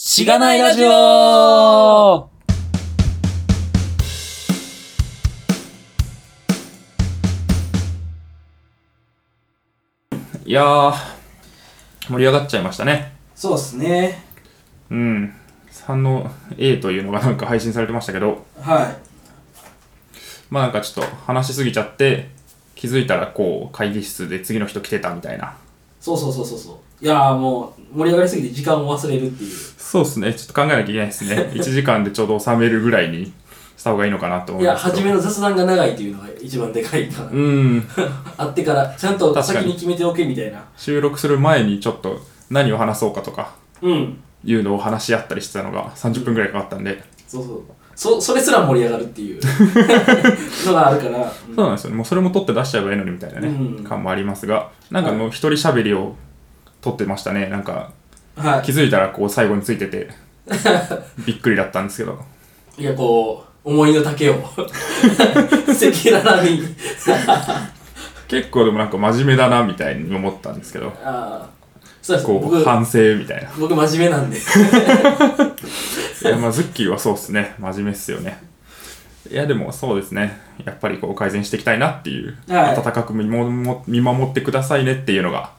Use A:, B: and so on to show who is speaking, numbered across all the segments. A: しがないラジオいやー、盛り上がっちゃいましたね。
B: そうっすね
A: うん。3の A というのがなんか配信されてましたけど、
B: は
A: まあなんかちょっと話しすぎちゃって、気づいたらこう会議室で次の人来てたみたいな。
B: いそうそうそうそうそういやーもう盛り上がりすぎて時間を忘れるっていう
A: そうですね。ちょっと考えなきゃいけないです ね。1時間でちょうど収めるぐらいにした方がいいのかなと思
B: い
A: い
B: や
A: ますけど。
B: 初めの雑談が長いっていうのが一番でかい から
A: うん。
B: あってからちゃんと
A: 確
B: 先
A: かに
B: に決めておけみたいな
A: 収録する前にちょっと何を話そうかとか
B: うん
A: いうのを話し合ったりしてたのが30分ぐらいかかったんで、
B: そうそうそそれすら盛り上がるっ ていうのがあるから、うん
A: そうなんですよねもうそれも撮って出しちゃえばいいのにみたいなね、
B: うん
A: 感もありますがなんかもう一人喋りを撮ってましたねなんか
B: は
A: 気づいたらこう最後について てびっくりだったんですけど
B: いいやこう思いの丈を 赤裸々に
A: 結構でもなんか真面目だなみたいに思ったんですけど
B: ああそうです
A: こう
B: 僕
A: 反省みたいな
B: 僕真面目なんで
A: いやまあズッキーはそうっすね真面目っすよねいやでもそうですねやっぱりこう改善していきたいなっていう、
B: はい
A: 温かく見守見守ってくださいねっていうのが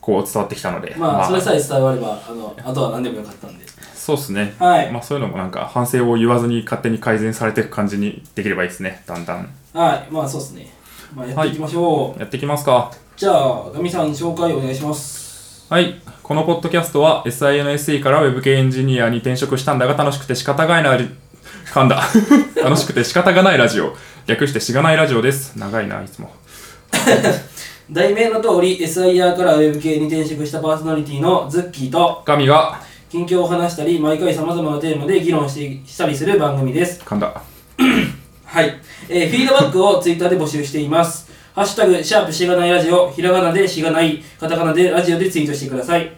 A: こう伝わってきたので
B: まあそれさえ伝わればあのあとは何でもよかったんで
A: そうですね、
B: はい
A: まあ、そういうのもなんか反省を言わずに勝手に改善されていく感じにできればいいですねだんだん
B: はいまあそうですねまあやっていきましょう、
A: やっていきますか
B: じゃあガミさん紹介お願いします
A: はい。このポッドキャストは SINSE から Web 系エンジニアに転職したんだが楽しくて仕方がないな、噛んだ。楽しくて仕方がないラジオ。略してしがないラジオです。長いな、いつも。
B: 題名の通り SIR からウェブ系に転職したパーソナリティのズッキーと
A: 神が、
B: 近況を話したり毎回様々なテーマで議論してしたりする番組です
A: 噛んだ。
B: はい、えーフィードバックを Twitter で募集していますハッシュタグシャープしがないラジオひらがなでしがないカタカナでラジオでツイートしてください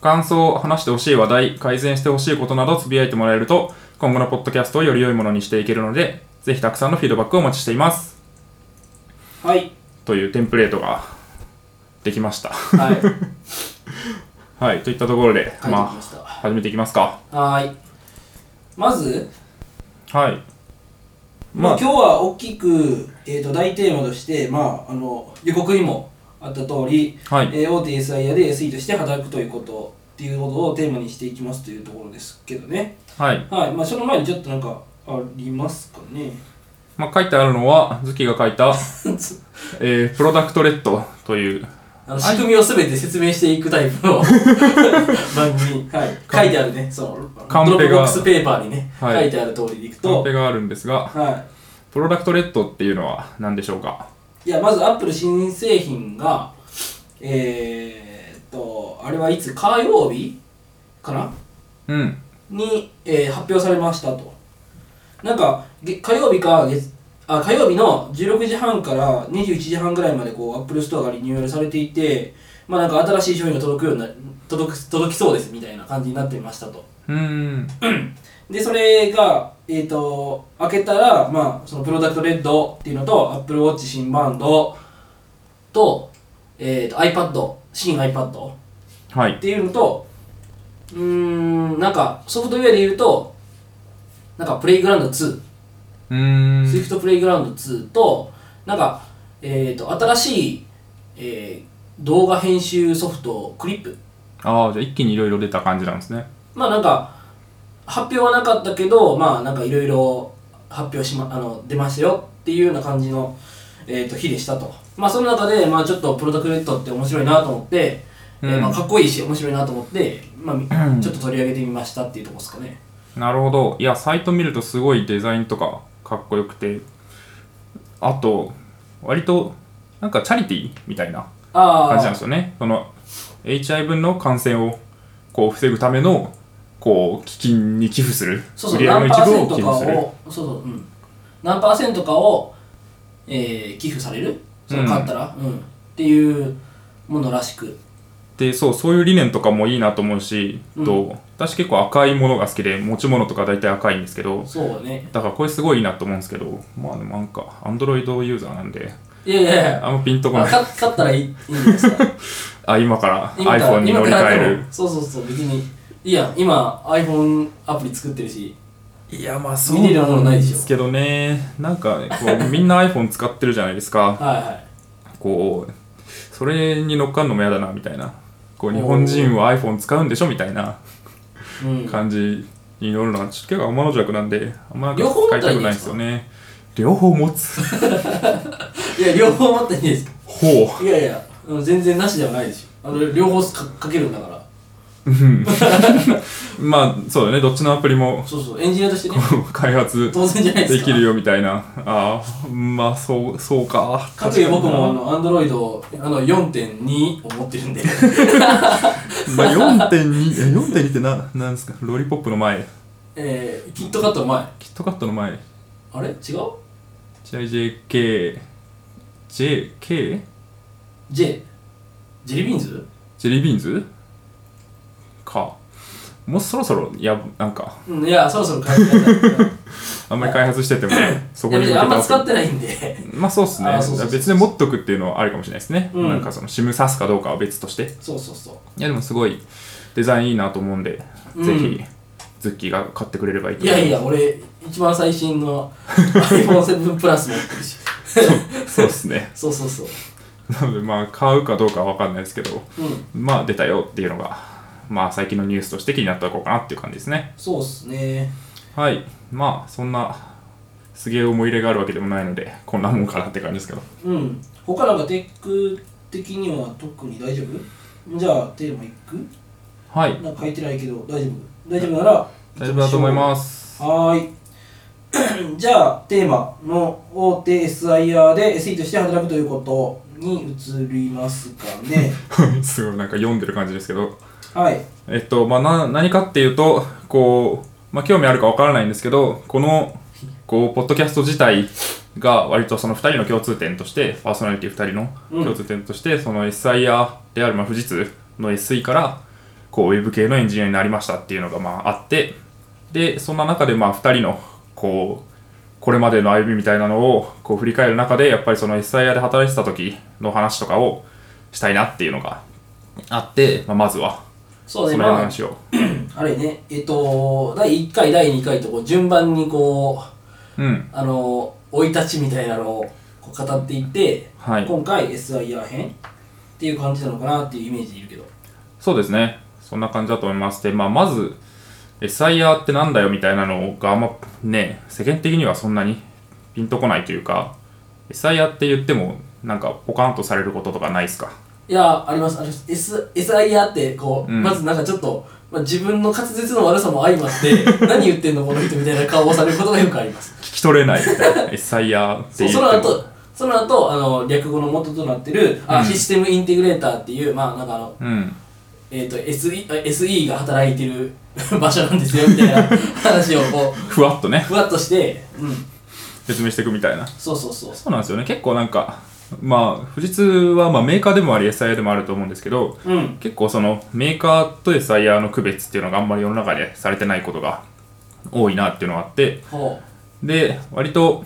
A: 感想、話してほしい話題、改善してほしいことなどつぶやいてもらえると、今後のポッドキャストをより良いものにしていけるので、ぜひたくさんのフィードバックをお待ちしています。
B: はい
A: というテンプレートができました。
B: はい
A: はい。といったところで、
B: 書いてき
A: ま
B: ました
A: あ、始めていきますか。
B: はーいまず
A: はい。ま
B: まあ、
A: あ、
B: 今日は大きく、えー、と大テーマとして、まあ、あの予告にもあった通り、
A: はい。
B: えー大手 SIA で SE として働くということっていうことをテーマにしていきますというところですけどね、
A: はい。
B: はいまあ、その前にちょっとなんかありますかね
A: まあ、書いてあるのは、ズキが書い た、えー、プロダクトレッドという、
B: あの仕組みを全て説明していくタイ プの番組、はい、書いてあるねその
A: カンペが
B: ドロップボックスペーパーにね、
A: はい
B: 書いてある通りでいく
A: カン
B: と
A: ペ、があるんですが、
B: は
A: プロダクトレッドっていうのは何でしょうか
B: い、いやまずアップル新製品がえー、っとあれはいつ火曜日かな
A: うん。
B: に、えー発表されましたとなんかげ火曜日か月あ火曜日の16時半から21時半ぐらいまでこうアップルストアがリニューアルされていてまあなんか新しい商品が届くようにな届く届きそうですみたいな感じになってましたと
A: うーん。
B: でそれがえっ、と開けたらまあそのプロダクトレッドっていうのとアップルウォッチ新バンドと,、えー、と iPad 新 iPad
A: は
B: っ
A: い。
B: ていうのとうーんなんかソフトウェアで言うとなんかプレイグラウンド2、
A: うーん。
B: スイフトプレイグラウンド2となんか、えー、と新しい、えー動画編集ソフトクリップ
A: ああ、じゃあ一気にいろいろ出た感じなんですね。
B: まあなんか発表はなかったけどまあなんかいろいろ発表しまあの出ましたよっていうような感じの、えー、と日でしたとまあその中で、まあ、ちょっとプロダクトレッドって面白いなと思って、えー
A: うん
B: まあ、かっこいいし面白いなと思って、まあ、ちょっと取り上げてみましたっていうところですかね
A: なるほど。いや、サイト見るとすごいデザインとかかっこよくて、あと、割と、なんかチャリティーみたいな
B: あ
A: 感じなん
B: あ
A: ですよね。その HIV の感染をこう防ぐためのこう基金に寄付する、
B: そうそう
A: 売り上げ
B: 何
A: の
B: パー
A: 一
B: セン
A: 部を
B: ト
A: 寄
B: か
A: 付する。
B: をそうそう、うん、何パーセントかを、えー寄付されるその
A: うん
B: 買ったら、うんっていうものらしく
A: で、そう、そういう理念とかもいいなと思うし、と私結構赤いものが好きで、持ち物とか大体赤いんですけど、
B: そうね
A: だからこれすごいいいなと思うんですけど、まあでもなんか、アンドロイドユーザーなんで、
B: いやいやいや
A: あんまピンとこ
B: あ
A: ない。
B: か買ったらいいいいんですか
A: あ、今から
B: 今から
A: iPhone に乗り換え
B: 今からで
A: る
B: も。そうそうそう別にいいやん今 iPhone アプリ作ってるし
A: いやまあ
B: そうなんです
A: ものけどねなんかねこうみんな iPhone 使ってるじゃないですか
B: はいはい
A: こうそれに乗っかんのも嫌だなみたいなこう日本人は iPhone 使うんでしょみたいな
B: うん、
A: 感じに乗るのはちょっと結構天の弱なんであんまなんか
B: 両方持
A: 使
B: っ
A: い
B: た
A: た
B: らいい
A: く
B: ん
A: ないん
B: で
A: ですす
B: か
A: よね両方持つ
B: いや両方持っていいですか
A: ほ
B: いやいやあの全然なしではないでしょあの両方かかけるんだから
A: うまあそうだねどっちのアプリも
B: そうそうエンジニアとしてね
A: 開発
B: 当然じゃないです
A: で
B: か
A: きるよみたいなああまあそうそうか
B: かといえ僕もあ
A: ま
B: のアンドロイドあの4.2を持ってるんで
A: あ4.2え4.2ってななんですかロリポップの前
B: えー、キットカットの前
A: キットカットの前
B: あれ違う
A: JJK JK?
B: ?J ジェリービーンズ
A: ジェリービーンズかもうそろそろいやなんか
B: うんいやそろそろ買 い替えたい
A: あんまり開発しててもそ
B: い
A: こに
B: や
A: 向け
B: 別に
A: た
B: あんま使
A: ア
B: っ
A: プ
B: てないんで
A: リまあそうっすね
B: あそうそうそう
A: 別に持っとくっていうのはあるかもしれないですね、
B: うん
A: なんかその SIM 刺すかどうかは別としてい
B: そうそうそう
A: やでもすごいデザインいいなと思うんで、
B: うん
A: ぜひズッキーが買ってくれればいいと
B: い
A: 思
B: やいや、俺、一番最新の iPhone7 プラス持ってるし。
A: そうっすね
B: そうそうそう。
A: なのでまあ買うかどうかは分かんないですけど
B: うん、
A: まあ出たよっていうのがまあ最近のニュースとして気になったこうかなっていう感じですね
B: そうっすね。
A: はいまあそんなすげえ思い入れがあるわけでもないのでこんなもんかなって感じですけど
B: うん。他なんかテック的には特に大丈夫じゃあ、テーマいく
A: はい
B: なんか書いてないけど、大丈夫大丈夫なら、
A: 大丈夫だと思います
B: はーい。じ ゃあ、テーマの大手 SIR で SE として働くということに移りますか ね。
A: すごいなんか読んでる感じですけど
B: はい。
A: えっとまあな何かっていうとこうまあ興味あるかわからないんですけどこのこうポッドキャスト自体が割とその2人の共通点としてパーソナリティ2人の共通点として、その SIR であるまあ富士通の SE からこうウェブ系のエンジニアになりましたっていうのがまああってでそんな中でまあ2人のこうこれまでの歩みみたいなのをこう振り返る中でやっぱりその SIR で働いてた時の話とかをしたいなっていうのがあって、まあ、まずは
B: そうね、
A: その辺の
B: まあ、
A: 話を。
B: あれね、えっと、第1回、第2回とこう順番にこう、
A: うん。
B: あの生い立ちみたいなのをこう語っていって、
A: はい。
B: 今回 SIR 編っていう感じなのかなっていうイメージでいるけど
A: そうですね。そんな感じだと思います。で、まあ、まず、SIR ってなんだよみたいなのが、まあ、ね、世間的にはそんなにピンとこないというか、SIR って言っても、なんか、ポカンとされることとかないですか
B: いやありますあります S SIR ってこう、
A: うん
B: まずなんかちょっと、まあ、自分の滑舌の悪さも相まって 何言ってんのこの人みたいな顔をされることがよくあります
A: 聞き取れないみたいな。SIR って
B: そ
A: 言
B: う
A: って
B: そ
A: も。
B: の後その後あの略語の元となってるあ、
A: うん
B: システムインテグレーターっていうまあなんかあの
A: うん。
B: えっ、と SE, あ SE が働いてる 場所なんですよみたいな話をこう
A: ふわっとね、
B: ふわっとしてうん
A: 説明していくみたいな。
B: そうそうそう
A: そうなんですよね。結構なんか、まあ、富士通は、まあ、メーカーでもあり、SIR でもあると思うんですけど、
B: うん
A: 結構そのメーカーと SIR の区別っていうのがあんまり世の中でされてないことが多いなっていうのがあって
B: ほ
A: で割と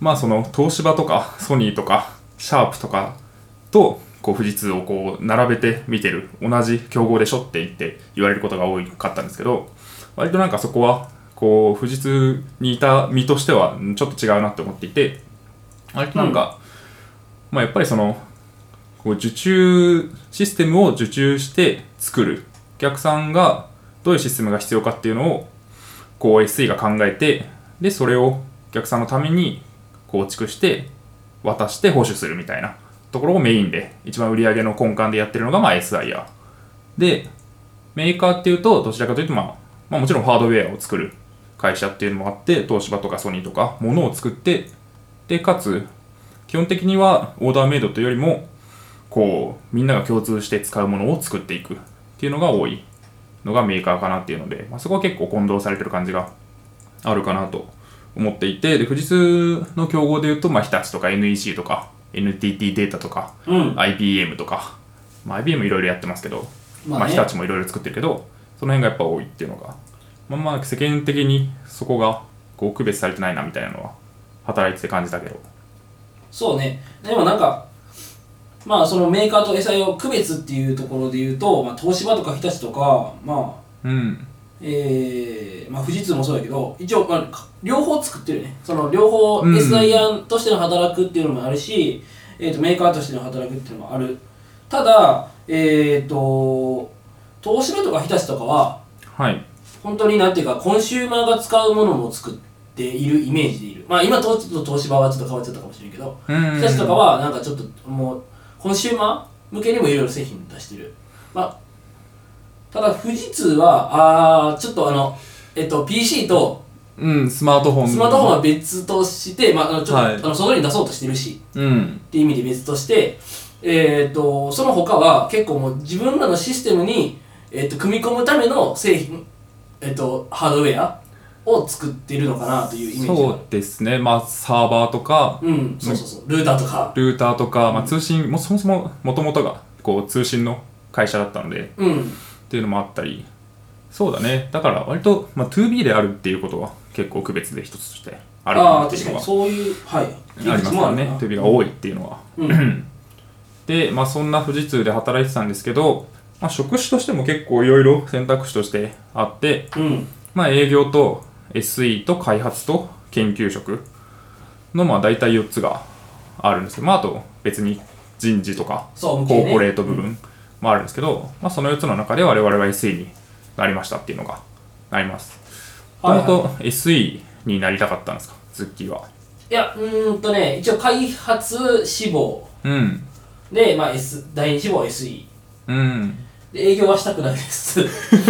A: まあその東芝とかソニーとかシャープとかとこう富士通をこう並べて見てる同じ競合でしょって言って言われることが多かったんですけど割となんかそこはこう富士通にいた身としてはうんちょっと違うなって思っていて割となんか、まあやっぱりそのこう受注システムを受注して作るお客さんがどういうシステムが必要かっていうのをこう SE が考えてでそれをお客さんのために構築して渡して保守するみたいなところをメインで一番売り上げの根幹でやってるのがまあ SIR でメーカーっていうとどちらかというと、まあ、まあもちろんハードウェアを作る会社っていうのもあって東芝とかソニーとかものを作ってでかつ基本的にはオーダーメイドというよりもこうみんなが共通して使うものを作っていくっていうのが多いのがメーカーかなっていうので、まあ、そこは結構混同されてる感じがあるかなと思っていてで富士通の競合でいうと、まあ、日立とか NEC とか NTT データとか
B: ううん
A: IBM とか、まあ、IBM いろいろやってますけど、ま
B: ま
A: あ
B: あね
A: 日立もいろいろ作ってるけどその辺がやっぱ多いっていうのが、まあ、まあ世間的にそこがこう区別されてないなみたいなのは働いてて感じたけど
B: そうねでもなんかまあそのメーカーと SI を区別っていうところで言うと、まあ、東芝とか日立とかまあ
A: うん
B: えーまあ、富士通もそうだけど一応、まあか、両方作ってるねその両方
A: うん
B: SIR としての働くっていうのもあるし、えー、とメーカーとしての働くっていうのもあるただえっ、と投資とか日立とかは
A: はい
B: 本当になんていうかコンシューマーが使うものも作っているイメージでいるまあ今とちょっと東芝はちょっと変わっちゃったかもしれないけど
A: うん
B: 日立とかはなんかちょっともうコンシューマー向けにもいろいろ製品出してる、まあ、ただ富士通はあーちょっとあの、えっと、PC と
A: うんスマートフォン
B: スマートフォンは別として、まあ、あのちょっと、
A: はい
B: あの外に出そうとしてるし
A: うん
B: っていう意味で別として、えっとその他は結構もう自分らのシステムに、えっと組み込むための製品、えっとハードウェアを作ってるのかなというイメージが
A: そ
B: あ
A: うですねまあサーバーとか
B: るうんそうそうそうルーターとか
A: ルーターとか、まあ、通信もそもそももともとがこう通信の会社だったので
B: うん
A: っていうのもあったりそうだねだから割と、まあ、2B であるっていうことは結構区別で一つとしてある
B: ああ
A: ってい
B: 確
A: う
B: か
A: のは
B: にそういうはい
A: ありますからね
B: な
A: 2B が多いっていうのは
B: うん
A: で、まあ、そんな富士通で働いてたんですけど、まあ、職種としても結構いろいろ選択肢としてあって、
B: うん
A: まあ、営業と SE と開発と研究職のまあ大体4つがあるんですけど、まあ、あと別に人事とか
B: そう
A: コ
B: 向けね
A: ーポレート部分もあるんですけど、まあ、その4つの中で我々は SE になりましたっていうのがあります。もと
B: はい
A: もと SE になりたかったんですか、ズッキーは。
B: いやうーんとね一応開発志望
A: うん。
B: で、まあ、S 第二志望は SE
A: うん。
B: で営業はしたくないです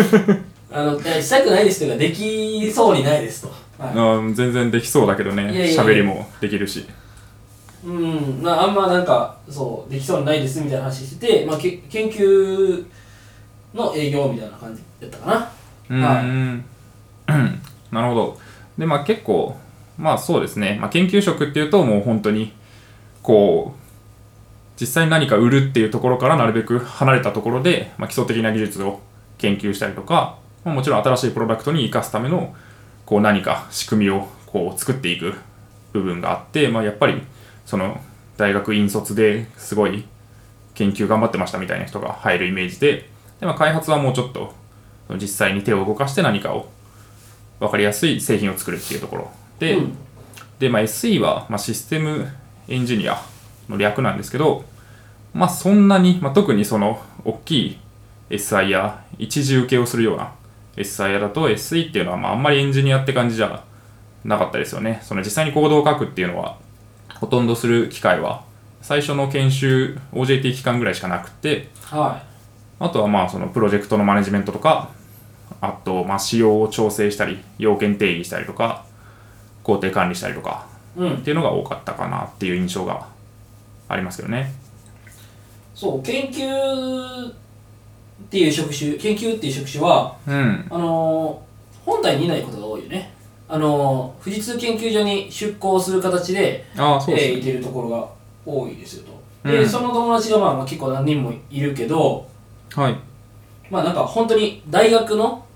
B: あのえしたくないですというかできそうにないですと、は
A: うん全然できそうだけどね
B: いやいやいや
A: 喋りもできるし
B: い、うんまああんまなんかそうできそうにないですみたいな話してて、まあ、け研究の営業みたいな感じだったかな
A: うーん、
B: はい
A: うんなるほどでまあ結構まあそうですね、まあ、研究職っていうともう本当にこう実際に何か売るっていうところからなるべく離れたところで、まあ、基礎的な技術を研究したりとか、まあ、もちろん新しいプロダクトに生かすためのこう何か仕組みをこう作っていく部分があって、まあ、やっぱりその大学院卒ですごい研究頑張ってましたみたいな人が入るイメージでで、まあ、開発はもうちょっと実際に手を動かして何かを分かりやすい製品を作るっていうところで,、
B: うん
A: でまあ、SE は、まあ、システムエンジニアの略なんですけど、まあ、そんなに、まあ、特にその大きい SI や一時受けをするような SI だと SE っていうのは、まあ、あんまりエンジニアって感じじゃなかったですよねその実際にコードを書くっていうのはほとんどする機会は最初の研修 OJT 期間ぐらいしかなくて
B: は
A: あとはまあそのプロジェクトのマネジメントとか、あとまあ仕様を調整したり、要件定義したりとか、工程管理したりとか
B: い、うん
A: っ、ていうのが多かったかなっていう印象がありますけどね。
B: そう研究っていう職種研究っていう職種は
A: うん。
B: あのー本体にいないことが多いよねあのー富士通研究所に出向する形で
A: ああ、そう
B: えー
A: で
B: い
A: すね。
B: てるところが多いですよと
A: う
B: で、
A: ん
B: その友達がまあまあ結構何人もいるけど
A: はい。
B: まあなんか本当に大学の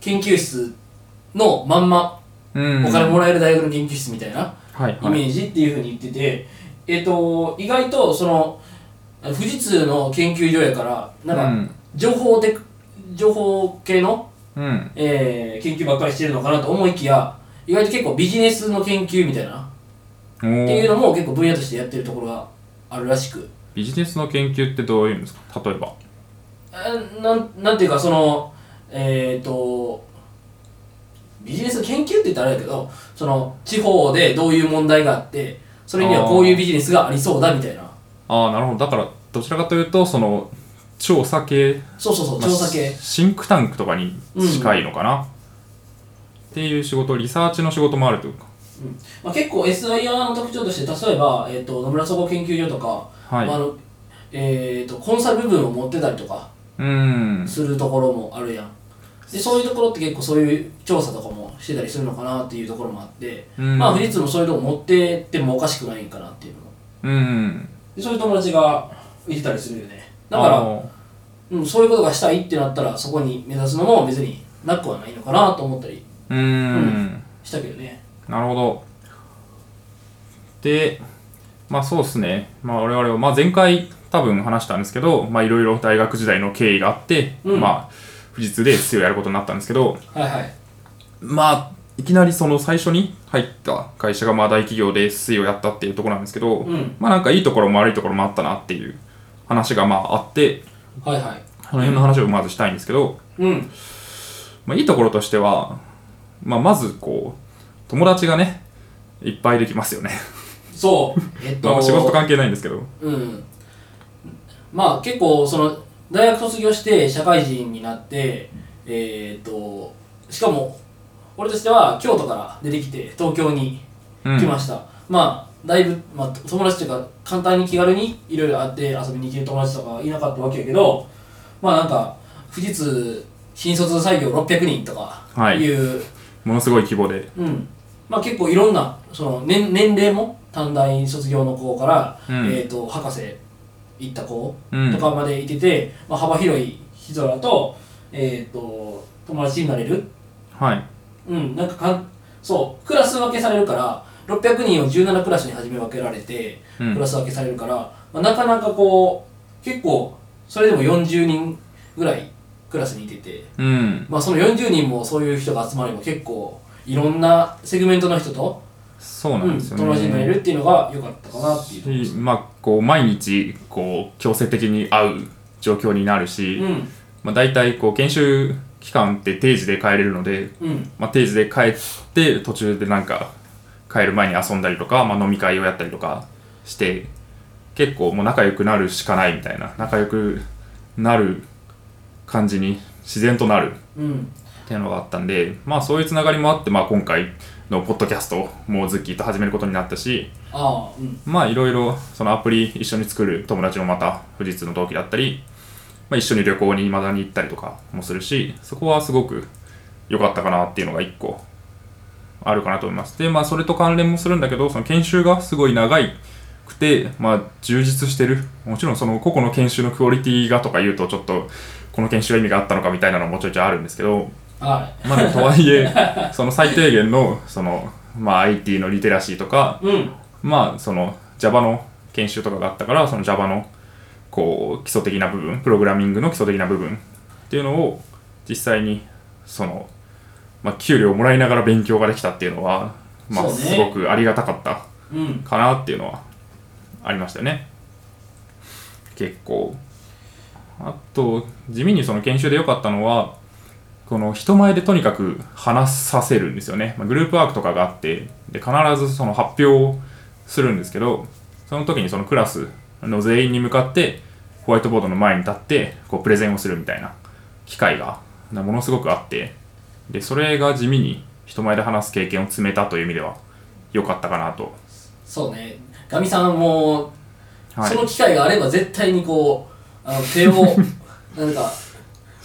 B: 研究室のまんま
A: うん。
B: お金もらえる大学の研究室みたいな
A: はい、
B: イ
A: は
B: メ
A: い。
B: ージっていうふうに言っててえっ、と意外とそのあの富士通の研究所やからなんか、情報テク情報系の、
A: うん。うん。
B: えー研究ばっかりしてるのかなと思いきや意外と結構ビジネスの研究みたいな
A: おー
B: っていうのも結構分野としてやってるところがあるらしく
A: ビジネスの研究ってどういうんですか例えば。
B: えーなんなんていうかそのえっ、とビジネスの研究って言ったらあれだけどその地方でどういう問題があってそれにはこういうビジネスがありそうだみたいな
A: ああ、なるほど。だから、どちらかというと、その、調査系、
B: そうそうそう
A: まあ
B: 調査系、
A: シンクタンクとかに近いのかな、っていう仕事、リサーチの仕事もあるというか。
B: まあ、結構 SIR の特徴として例えば、えー、と野村総合研究所とか
A: はい。
B: まああのえー、とコンサル部分を持ってたりとか
A: うん。
B: するところもあるやんでそういうところって結構そういう調査とかもしてたりするのかなっていうところもあって、
A: うん
B: まあ富士通もそういうとこ持ってってもおかしくないんかなっていうのも
A: うん。
B: でそういう友達がいてたりするよねだから、
A: ら、
B: うん、そういうことがしたいってなったらそこに目指すのも別になくはないのかなと思ったり
A: うーん、
B: うんしたけどね
A: なるほど。で、まあそうですね。まあ我々は、まあ前回多分話したんですけど、まあいろいろ大学時代の経緯があって、
B: うん
A: まあ富士通で SE をやることになったんですけど、
B: はいはい
A: まあ、いきなりその最初に入った会社がまあ大企業で SE をやったっていうところなんですけど、
B: うん
A: まあなんかいいところも悪いところもあったなっていう話がまああって、
B: はいはい
A: この辺の話をまずしたいんですけど、
B: うん
A: まあいいところとしては、まあまずこう、友達がね、いっぱいできます よね。
B: そう えっと
A: まあ仕事と関係ないんですけど。
B: うんまあ結構その大学卒業して社会人になってえーっとしかも俺としては京都から出てきて東京に
A: うん
B: 来ました、まあだいぶ、まあ、友達というか簡単に気軽にいろいろ会って遊びに行ける友達とかいなかったわけやけどまあなんか富士通新卒採用600人とか
A: はい
B: いう、
A: ものすごい規模で。
B: うんまあ、結構いろんなその年年齢も短大卒業の子から、
A: うん
B: えー、と博士行った子
A: うん
B: とかまでいてて、まあ、幅広い人らと,、えー、と友達になれる、
A: はい。
B: うん、なんかかんそうクラス分けされるから600人を17クラスに始め分けられて
A: うん
B: クラス分けされるから、まあ、なかなかこう結構それでも40人ぐらいクラスにいてて。
A: うん。
B: まあ、その40人もそういう人が集まれば結構いろんなセグメントの人と、
A: そう
B: う
A: なん
B: ん、
A: ですよね。
B: 友達になれるっていうのが良かったかなっていうところで
A: し
B: す、
A: まあ、こう毎日こう強制的に会う状況になるし、
B: うん
A: まあ、大体こう研修期間って定時で帰れるので、
B: うん
A: まあ、定時で帰って途中でなんか帰る前に遊んだりとか、まあ、飲み会をやったりとかして結構もう仲良くなるしかないみたいな仲良くなる感じに自然となる
B: うん
A: っていうのがあったんで、まあ、そういうつながりもあって、まあ、今回のポッドキャストもズッキーと始めることになったし、
B: ああうん
A: まあいろいろそのアプリ一緒に作る友達もまた富士通の同期だったり、まあ、一緒に旅行にまだに行ったりとかもするしそこはすごく良かったかなっていうのが一個あるかなと思いますでまあそれと関連もするんだけどその研修がすごい長いくてまあ充実してるもちろんその個々の研修のクオリティがとか言うとちょっとこの研修は意味があったのかみたいなのもちょいちょいあるんですけど
B: は
A: まあでもとはいえその最低限のそのまあ IT のリテラシーとか
B: いうん
A: まあその Java の研修とかがあったからその Java のこう基礎的な部分プログラミングの基礎的な部分っていうのを実際にその、まあ、給料をもらいながら勉強ができたっていうのは、まあ、
B: そうね
A: すごくありがたかった
B: うん
A: かなっていうのはありましたよね結構あと地味にその研修で良かったのはこの人前でとにかく話させるんですよね、まあグループワークとかがあってで必ずその発表をするんですけどその時にそのクラスの全員に向かってホワイトボードの前に立ってこうプレゼンをするみたいな機会がなものすごくあってでそれが地味に人前で話す経験を積めたという意味では良かったかなと
B: そうねガミさんも、
A: はい、
B: その機会があれば絶対にこうあの 手をなんか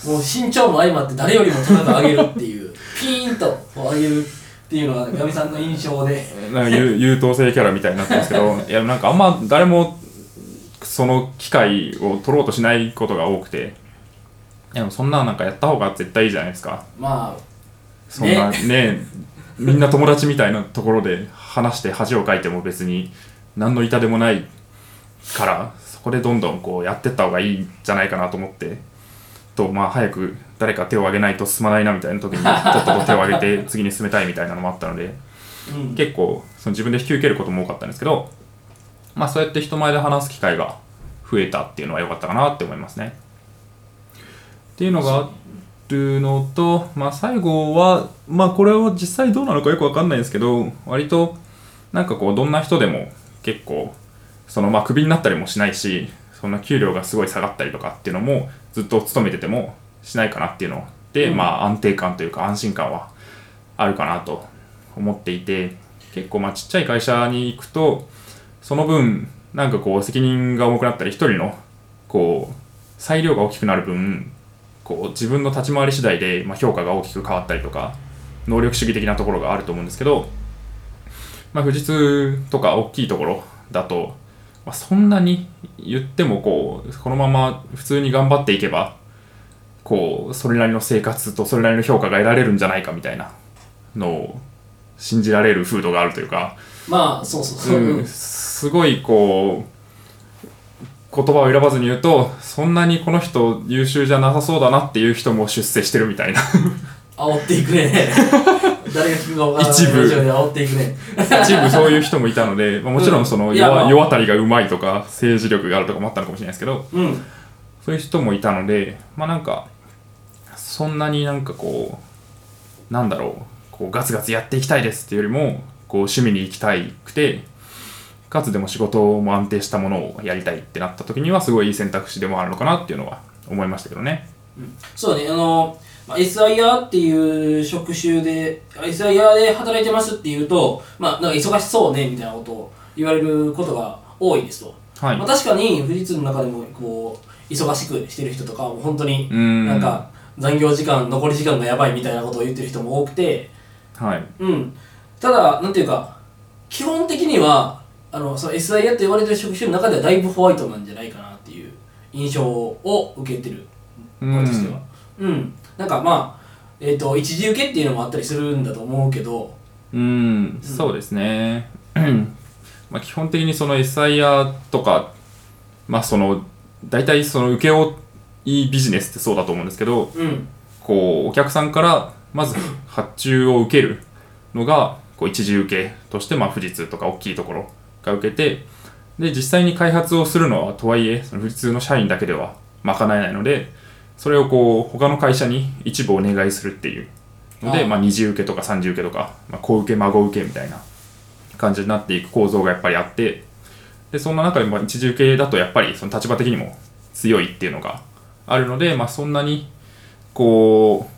B: もう身長も相まって誰よりも高く上げるっていうピーンとこう上げるっていうのがガミさんの印象で
A: なんか優優等生キャラみたいになってますけどいやなんかあんま誰もその機会を取ろうとしないことが多くていやでもそんななんかやった方が絶対いいじゃないですか
B: まあ
A: そんなねみんな友達みたいなところで話して恥をかいても別に何の痛でもないからそこでどんどんこうやってった方がいいんじゃないかなと思ってとまあ早く誰か手を挙げないと進まないなみたいな時 にとっとと手を挙げて次に進めたいみたいなのもあったので。
B: うん
A: 結構その自分で引き受けることも多かったんですけど、まあ、そうやって人前で話す機会が増えたっていうのは良かったかなって思いますね。っていうのがあるのと、まあ、最後は、まあ、これは実際どうなのかよく分かんないんですけど割となんかこうどんな人でも結構そのまあクビになったりもしないしそんな給料がすごい下がったりとかっていうのもずっと勤めててもしないかなっていうので、
B: うん
A: まあ安定感というか安心感はあるかなと思っていて結構まあちっちゃい会社に行くとその分なんかこう責任が重くなったり一人のこう裁量が大きくなる分こう自分の立ち回り次第でまあ評価が大きく変わったりとか能力主義的なところがあると思うんですけど、まあ、富士通とか大きいところだと、まあ、そんなに言ってもこうこのまま普通に頑張っていけばこうそれなりの生活とそれなりの評価が得られるんじゃないかみたいなのを信じられる風土があるというか、
B: まあそうそうそう、
A: うん、すごいこう言葉を選ばずに言うとそんなにこの人優秀じゃなさそうだなっていう人も出世してるみた いな
B: 煽っていく ね誰が聞くか分からない
A: 一部
B: ラジオで煽っていくね
A: 一部そういう人もいたので、まあ、もちろんその
B: うんい
A: 世,、
B: やまあ
A: 当たりがうまいとか政治力があるとかもあったのかもしれないですけど
B: うん
A: そういう人もいたのでまあなんかそんなになんかこうなんだろうこうガツガツやっていきたいですっていうよりもこう趣味に行きたいくてかつでも仕事も安定したものをやりたいってなった時にはすごいいい選択肢でもあるのかなっていうのは思いましたけどね。
B: そうねあの、まあ、SIR っていう職種であ SIR で働いてますっていうとまあなんか忙しそうねみたいなことを言われることが多いですと、
A: はい
B: まあ、確かに富士通の中でもこう忙しくしてる人とかはもう本当に
A: うん
B: なんか残業時間残り時間がやばいみたいなことを言ってる人も多くて
A: はい
B: うんただなんていうか基本的にはあのその SIA と言われてる職種の中ではだいぶホワイトなんじゃないかなっていう印象を受けてる
A: うん
B: 俺としてはうん、なんかまあえっ、と一時受けっていうのもあったりするんだと思うけど
A: うん、そうですね。 まあ基本的にその SIR とか、まあその、大体その請負いビジネスってそうだと思うんですけど、
B: うん
A: こう、お客さんからまず発注を受けるのが、こう、一時受けとして、まあ富士通とか大きいところが受けて、で、実際に開発をするのは、とはいえ、その富士通の社員だけでは賄えないので、それをこう、他の会社に一部お願いするっていうので
B: ああ
A: まあ、二次受けとか三次受けとか、まあ、子受け孫受けみたいな感じになっていく構造がやっぱりあってでそんな中でまあ一次受けだとやっぱりその立場的にも強いっていうのがあるので、まあ、そんなにこう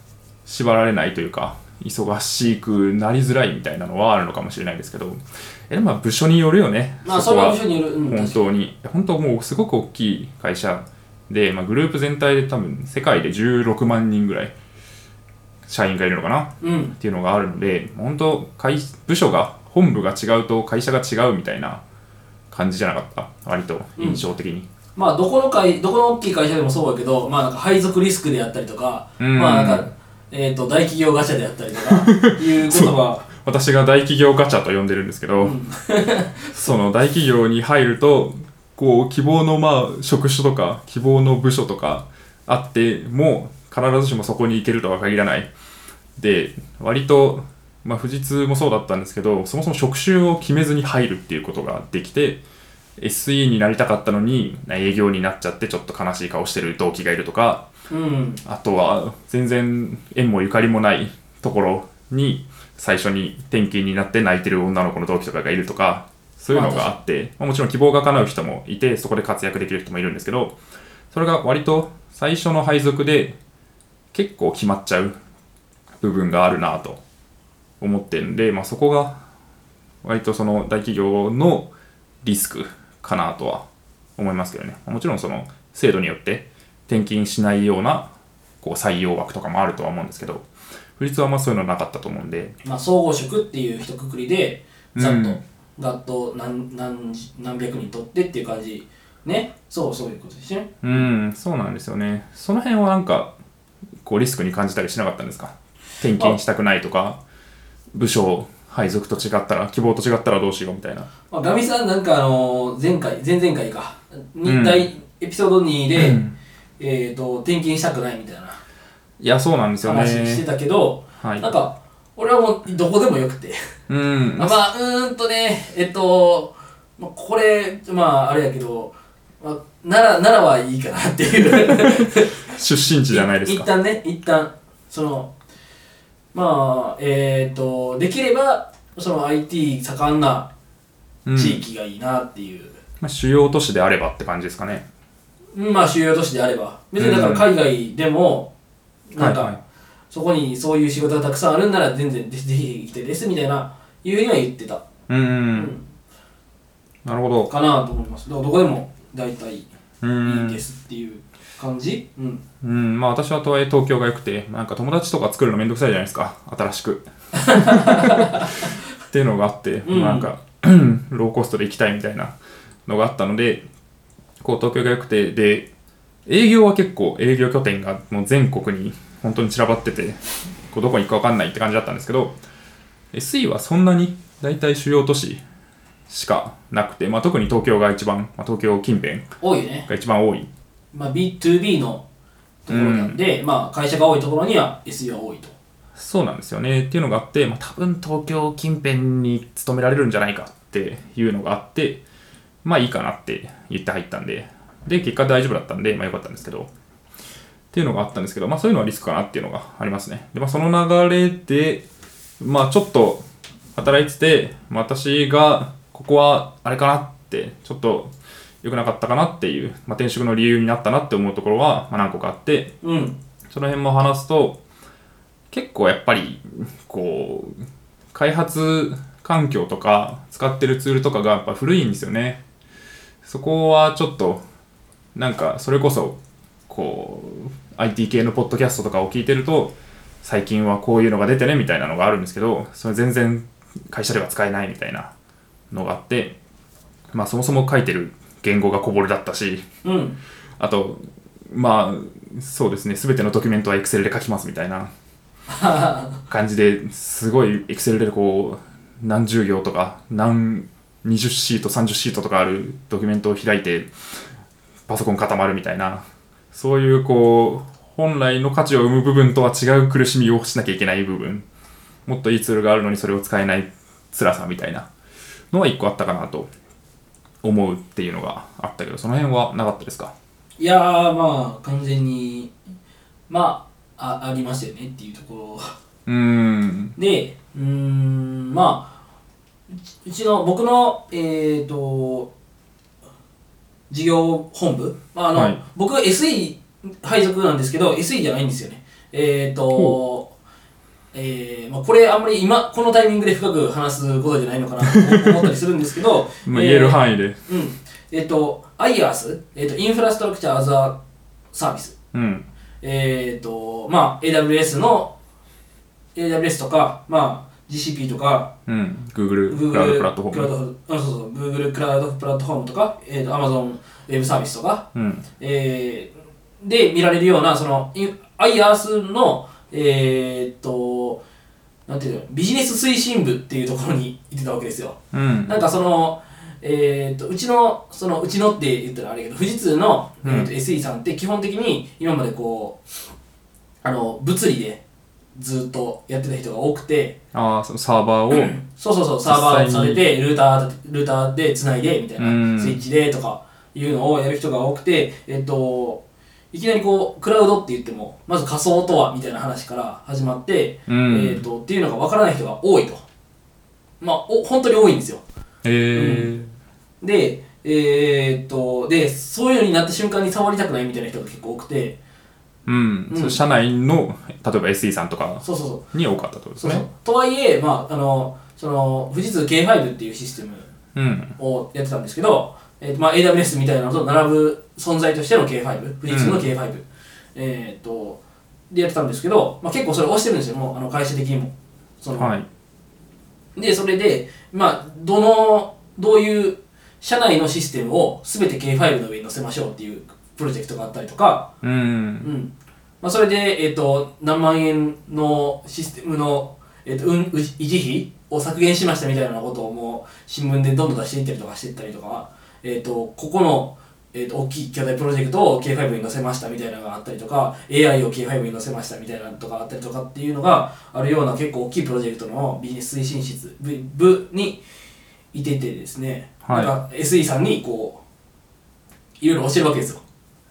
A: 縛られないというか忙しくなりづらいみたいなのはあるのかもしれないですけどえでもまあ部署によるよね
B: まあ
A: そ
B: そ
A: こ
B: れ
A: は
B: は部署による、うん、
A: 本
B: 確かに
A: 当に本当もうすごく大きい会社で、まあ、グループ全体で多分世界で16万人ぐらい社員がいるのかな
B: うん
A: っていうのがあるので本当会部署が本部が違うと会社が違うみたいな感じじゃなかった割と印象的に、
B: まあどこの会どこの大きい会社でもそうだけどまあなんか配属リスクであったりとか、
A: うん
B: まあなんかえっ、と大企業ガチャであったりとか いうことが
A: 私が大企業ガチャと呼んでるんですけど、
B: ん
A: その大企業に入るとこう希望のまあ職種とか希望の部署とかあっても必ずしもそこに行けるとは限らないで割と、まあ、富士通もそうだったんですけどそもそも職種を決めずに入るっていうことができて SE になりたかったのに営業になっちゃってちょっと悲しい顔してる同期がいるとか
B: うん
A: あとは全然縁もゆかりもないところに最初に転勤になって泣いてる女の子の同期とかがいるとかそういうのがあって、まあ、もちろん希望が叶う人もいてそこで活躍できる人もいるんですけどそれが割と最初の配属で結構決まっちゃう部分があるなと思ってるんで、まあ、そこが割とその大企業のリスクかなとは思いますけどねもちろんその制度によって転勤しないようなこう採用枠とかもあるとは思うんですけど富士通はあんまそういうのなかったと思うんで
B: まあ、総合職っていう一括りでざっと、
A: うん
B: ざっと何何十何百人取ってっていう感じねそうそういうことですね
A: うんそうなんですよねその辺はなんかこうリスクに感じたりしなかったんですか転勤したくないとか部署配属と違ったら希望と違ったらどうしようみたいな
B: まあ、ガミさんなんかあの前回前々回かに、
A: うん
B: 第エピソード2で、
A: うん
B: えー、と転勤したくないみたいない
A: やそうなんですよ
B: 話して
A: ね
B: たけど、
A: はい
B: なんか俺はもうどこでもよくて
A: うん
B: まあ、うーんとね、えっと、まあ、これ、まあ、あれやけど、まあ、奈良奈良はいいかなっていう。
A: 出身地じゃないです
B: 一
A: か
B: 旦ね、一旦、その、まあ、えっ、と、できれば、その IT 盛んな
A: うん
B: 地域がいいなっていう。
A: まあ主要都市であればって感じですかね
B: まあ、主要都市であれば。別にだから海外でも、なんか、
A: はいはい
B: そこにそういう仕事がたくさんあるんなら全然ぜひぜひ来てですみたいな、いうふうには言ってた。
A: うん、
B: うん
A: なるほど
B: かなと思います。だからどこでも大体い
A: うん
B: いですっていう感じ。うん。
A: うん、まあ私はとはいえ東京が良くて、なんか友達とか作るのめんどくさいじゃないですか、新し く。っていうのがあって、
B: うん
A: なんか、 ローコストで行きたいみたいなのがあったので、こう東京が良くて、で、営業は結構営業拠点がもう全国に本当に散らばってて、こうどこに行くか分かんないって感じだったんですけど、SE はそんなに大体主要都市しかなくて、まあ、特に東京が一番、まあ、東京近辺
B: 多いよね。
A: が一番多い。
B: まあ、B2B のところなんで、まあ、会社が多いところには SEO 多いと。
A: そうなんですよね。っていうのがあって、まあ、多分東京近辺に勤められるんじゃないかっていうのがあって、まあいいかなって言って入ったんで、で、結果大丈夫だったんで、まあよかったんですけど、っていうのがあったんですけど、まあそういうのはリスクかなっていうのがありますね。で、まあその流れで、まあちょっと働いてて、まあ私がここはあれかなって、ちょっと良くなかったかなっていう、まあ転職の理由になったなって思うところは、まあ何個かあって、
B: うん。
A: その辺も話すと結構やっぱりこう開発環境とか使ってるツールとかがやっぱ古いんですよねそこはちょっとなんかそれこそこう IT 系のポッドキャストとかを聞いてると最近はこういうのが出てねみたいなのがあるんですけどそれ全然会社では使えないみたいなのがあってまあそもそも書いてる言語がこぼれだったし
B: うん。
A: あと、まあ、そうですね、すべてのドキュメントは Excel で書きますみたいな感じですごい Excel でこう、何十行とか、何、20シート、30シートとかあるドキュメントを開いて、パソコン固まるみたいな、そういうこう、本来の価値を生む部分とは違う苦しみをしなきゃいけない部分、もっといいツールがあるのにそれを使えない辛さみたいなのは一個あったかなと思うっていうのがあったけど、その辺はなかったですか
B: いやー、まあ、完全に、まあ、あありましたよねっていうところ。
A: うーん。
B: で、うーん、まあ、うちうちの、僕の、えっ、と、事業本部、まああの
A: はい、
B: 僕は SE 配属なんですけど、SE じゃないんですよね。えっ、と、えーまあ、これあんまり今、このタイミングで深く話すことじゃないのかなと思った りするんですけど
A: まあ、言える
B: 囲。
A: 範囲で。
B: うん。えっ、と、IaaS、えっ、と、インフラストラクチャーアザーサービス
A: うん。
B: えー、と、まあ、AWS の、AWS とか、まあ、GCP とか、
A: うん。Google クラウドプラットフォーム。
B: ム。あそうそう、Google クラウドプラットフォームとか、えー、と Amazon ウェブサービスとか、
A: うん。
B: えーで見られるような、その、イン IaaS の、えー、と、なんていうの、ビジネス推進部っていうところに行ってたわけですよ。
A: うん。
B: なんかその、えー、とうちのそのうちのって言ったらあれやけど富士通の、
A: うん
B: えー、と SE さんって基本的に今までこうあの物理でずっとやってた人が多くて
A: ああ、そのサーバーを。
B: そうそうそうサーバーを
A: 実際
B: 立
A: に
B: ててルータールーターでつないでみたいな、
A: うん
B: スイッチでとかいうのをやる人が多くてえっ、といきなりこうクラウドって言ってもまず仮想とはみたいな話から始まって、
A: うん。
B: えー、とっていうのが分からない人が多いとまあお本当に多いんですよ
A: えー
B: で、えーっと、で、そういうのになった瞬間に触りたくないみたいな人が結構多くて、
A: うん。
B: うん
A: その社内の、例えば SE さんとか
B: そうそうそう。
A: に多かったってことです
B: そう
A: ね。
B: そうとはいえ、まあ、あの、その、富士通 K5 っていうシステム
A: うん。
B: をやってたんですけど、えーっとまあ、AWS みたいなのと並ぶ存在としての K5、富士通の K5、えーっと、でやってたんですけど、まあ、結構それ押してるんですよ、もうあの会社的にも。その
A: はい。
B: でそれでまあどのどういう社内のシステムを全て K5 の上に載せましょうっていうプロジェクトがあったりとか、
A: う。
B: うんんまあ、それで、えっと何万円のシステムの、えっと運維持費を削減しましたみたいなことをもう新聞でどんどん出していったりとかしていったりとか、えっとここの、えっと大きい巨大プロジェクトを K5 に載せましたみたいなのがあったりとか AI を K5 に載せましたみたいなのとかあったりとかっていうのがあるような結構大きいプロジェクトのビジネス推進室部部にいててですね、
A: はい
B: なんか SE さんにこういろいろ教えるわけですよ。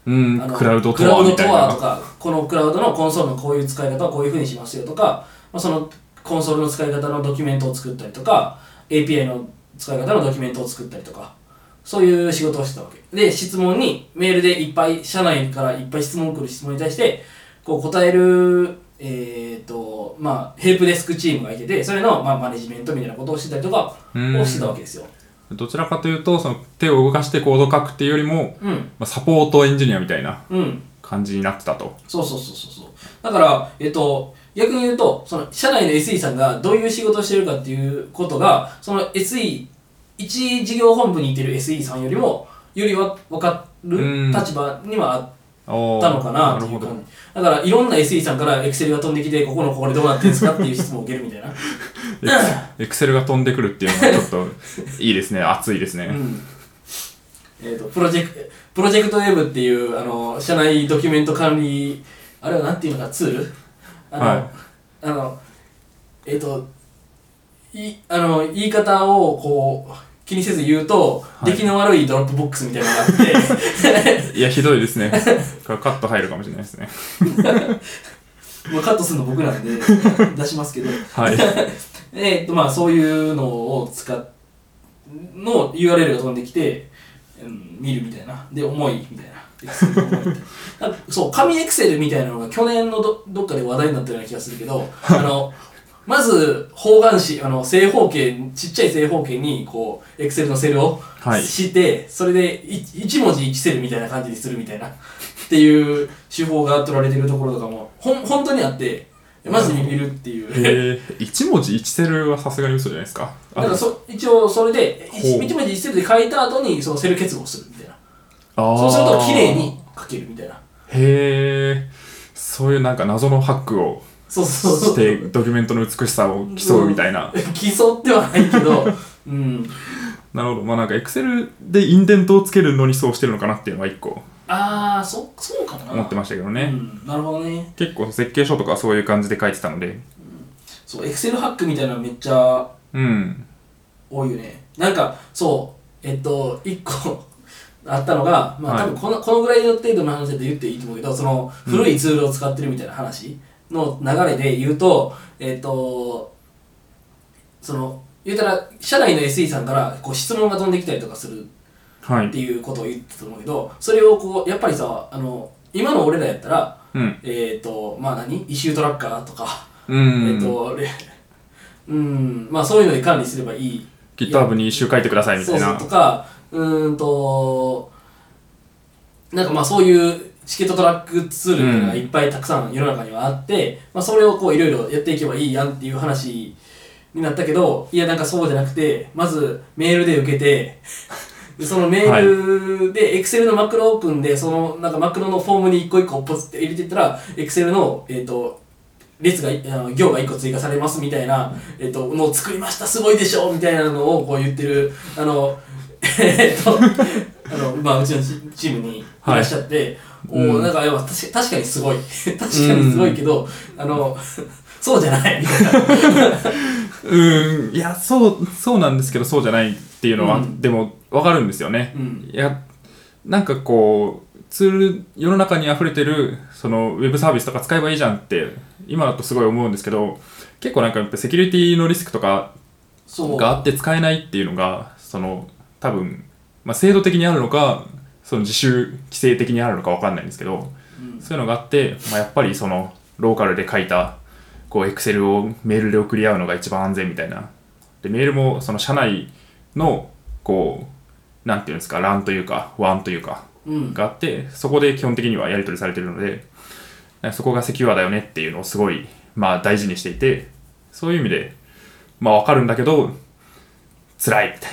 A: うん
B: あ。の
A: クラウド
B: ク
A: と
B: ラ
A: は
B: ウド
A: みたい
B: とはと
A: な。
B: か、このクラウドのコンソールのこういう使い方はこういうふうにしますよとか、まあ、そのコンソールの使い方のドキュメントを作ったりとか、API の使い方のドキュメントを作ったりとか、そういう仕事をしてたわけ。で、質問に、メールでいっぱい、社内からいっぱい質問来る質問に対して、こう答える、えっ、と、まあ、ヘルプデスクチームがいてて、それの、まあ、マネジメントみたいなことをしてたりとか、
A: うん
B: をしてたわけですよ。
A: どちらかというと、その手を動かしてコード書くっていうよりも、
B: うん。
A: まあ、サポートエンジニアみたいな
B: うん。
A: 感じになってたと。
B: そうそうそうそうそうだからえっと逆に言うとその社内の SE さんがどういう仕事をしてるかっていうことがその SE 一事業本部にいてる SE さんよりもよりは分か
A: うん
B: る立場にはあっ
A: た
B: たのかなっていう
A: るほ
B: 感
A: ど
B: じだからいろんな SE さんからエクセルが飛んできてここのここでどうなってるんですかっていう質問を受けるみたいな、
A: エクセルが飛んでくるっていうのはちょっといいです ね熱いですね、
B: うんえー、とプロジェクプロジェクトウェブっていうあの社内ドキュメント管理あれはなんていうのかツールあの、
A: はい
B: あのえっ、といあの言い方をこう気にせず言うと、
A: い
B: 出来の悪いドロップボックスみたいなのがあって
A: いやひどいですね これカット入るかもしれないですね
B: まあカットするの僕なんで出しますけど
A: はい
B: えーとまあ、そういうのを使っの URL が飛んできて、うん、見るみたいなで重いみたいな Excel の重いみたいななんかそう紙エクセルみたいなのが去年のどどっかで話題になったような気がする けどあのまず方眼紙あの正方形ちっちゃい正方形にこうエクセルのセルを
A: はい
B: して、それで 1, 文字1セルみたいな感じにするみたいなっていう手法が取られてるところとかもほん本当にあってまずに見るっていう。
A: えー、1文字1セルはさすがに嘘じゃないですかあ
B: なんかそ一応それで
A: ほう
B: 一一文字一セルで書いた後にそのセル結合するみたいな
A: あー
B: そうすると綺麗に書けるみたいな
A: へえそういうなんか謎のハックを
B: そうそうそ
A: し
B: う
A: てドキュメントの美しさを競うみたいな、
B: 競ってはないけどうん
A: なるほどまあなんかエクセルでインデントをつけるのにそうしてるのかなっていうのは一個
B: ああそそうかな
A: 思ってましたけどね、
B: うん、なるほどね
A: 結構設計書とかそういう感じで書いてたので
B: そうエクセルハックみたいなのめっちゃ
A: うん
B: 多いよねなんかそうえっと一個 あったのが、まあ、
A: はい
B: 多分このこのぐらいの程度の話で言っていいと思うけどその
A: うん
B: 古いツールを使ってるみたいな話の流れで言うと、えっとその言うたら社内の SE さんからこう質問が飛んできたりとかする
A: は
B: って
A: い
B: いうことを言ってたと思うけどそれをこうやっぱりさあの今の俺らやったら
A: うん
B: えっ、とまあ何イシュートラッカーとか、
A: うん、
B: えっ、と レうんまあそういうので管理すればいい
A: GitHub に一周書いてくださいみた
B: そう
A: い
B: そう
A: な
B: とかうーんとなんかまあそういうチケットトラックツールみたいなのがいっぱいたくさん世の中にはあって、まあ、それをこういろいろやっていけばいいやんっていう話になったけどいやなんかそうじゃなくてまずメールで受けてでそのメールで Excel のマクロを組んでそのなんかマクロのフォームに一個一個ポツって入れていったら Excel の、えっと列があの行が1個追加されますみたいな、えっとのを作りましたすごいでしょみたいなのをこう言ってるあの えっとあの、まあ、うちのチチームにいらっしゃって、
A: はい
B: お
A: う
B: お
A: ん
B: なんかやっぱ確か確かにすごい 確かにすごいけど、あのそうじゃない みたいな
A: うんいやそうそうなんですけどそうじゃないっていうのは、
B: うん
A: でもわかるんですよね、
B: うん
A: いやなんかこうツール世の中に溢れてるそのウェブサービスとか使えばいいじゃんって今だとすごい思うんですけど結構なんかやっぱセキュリティのリスクとか
B: そう
A: があって使えないっていうのがその多分、まあ、制度的にあるのかその自主規制的にあるのかわかんないんですけど
B: うん
A: そういうのがあって、まあ、やっぱりそのローカルで書いたこうエクセルをメールで送り合うのが一番安全みたいなでメールもその社内のこうなんていうんですか欄というかワンというか
B: うん
A: があってそこで基本的にはやり取りされてるのでそこがセキュアだよねっていうのをすごい、まあ、大事にしていてそういう意味でまあわかるんだけど辛いみたい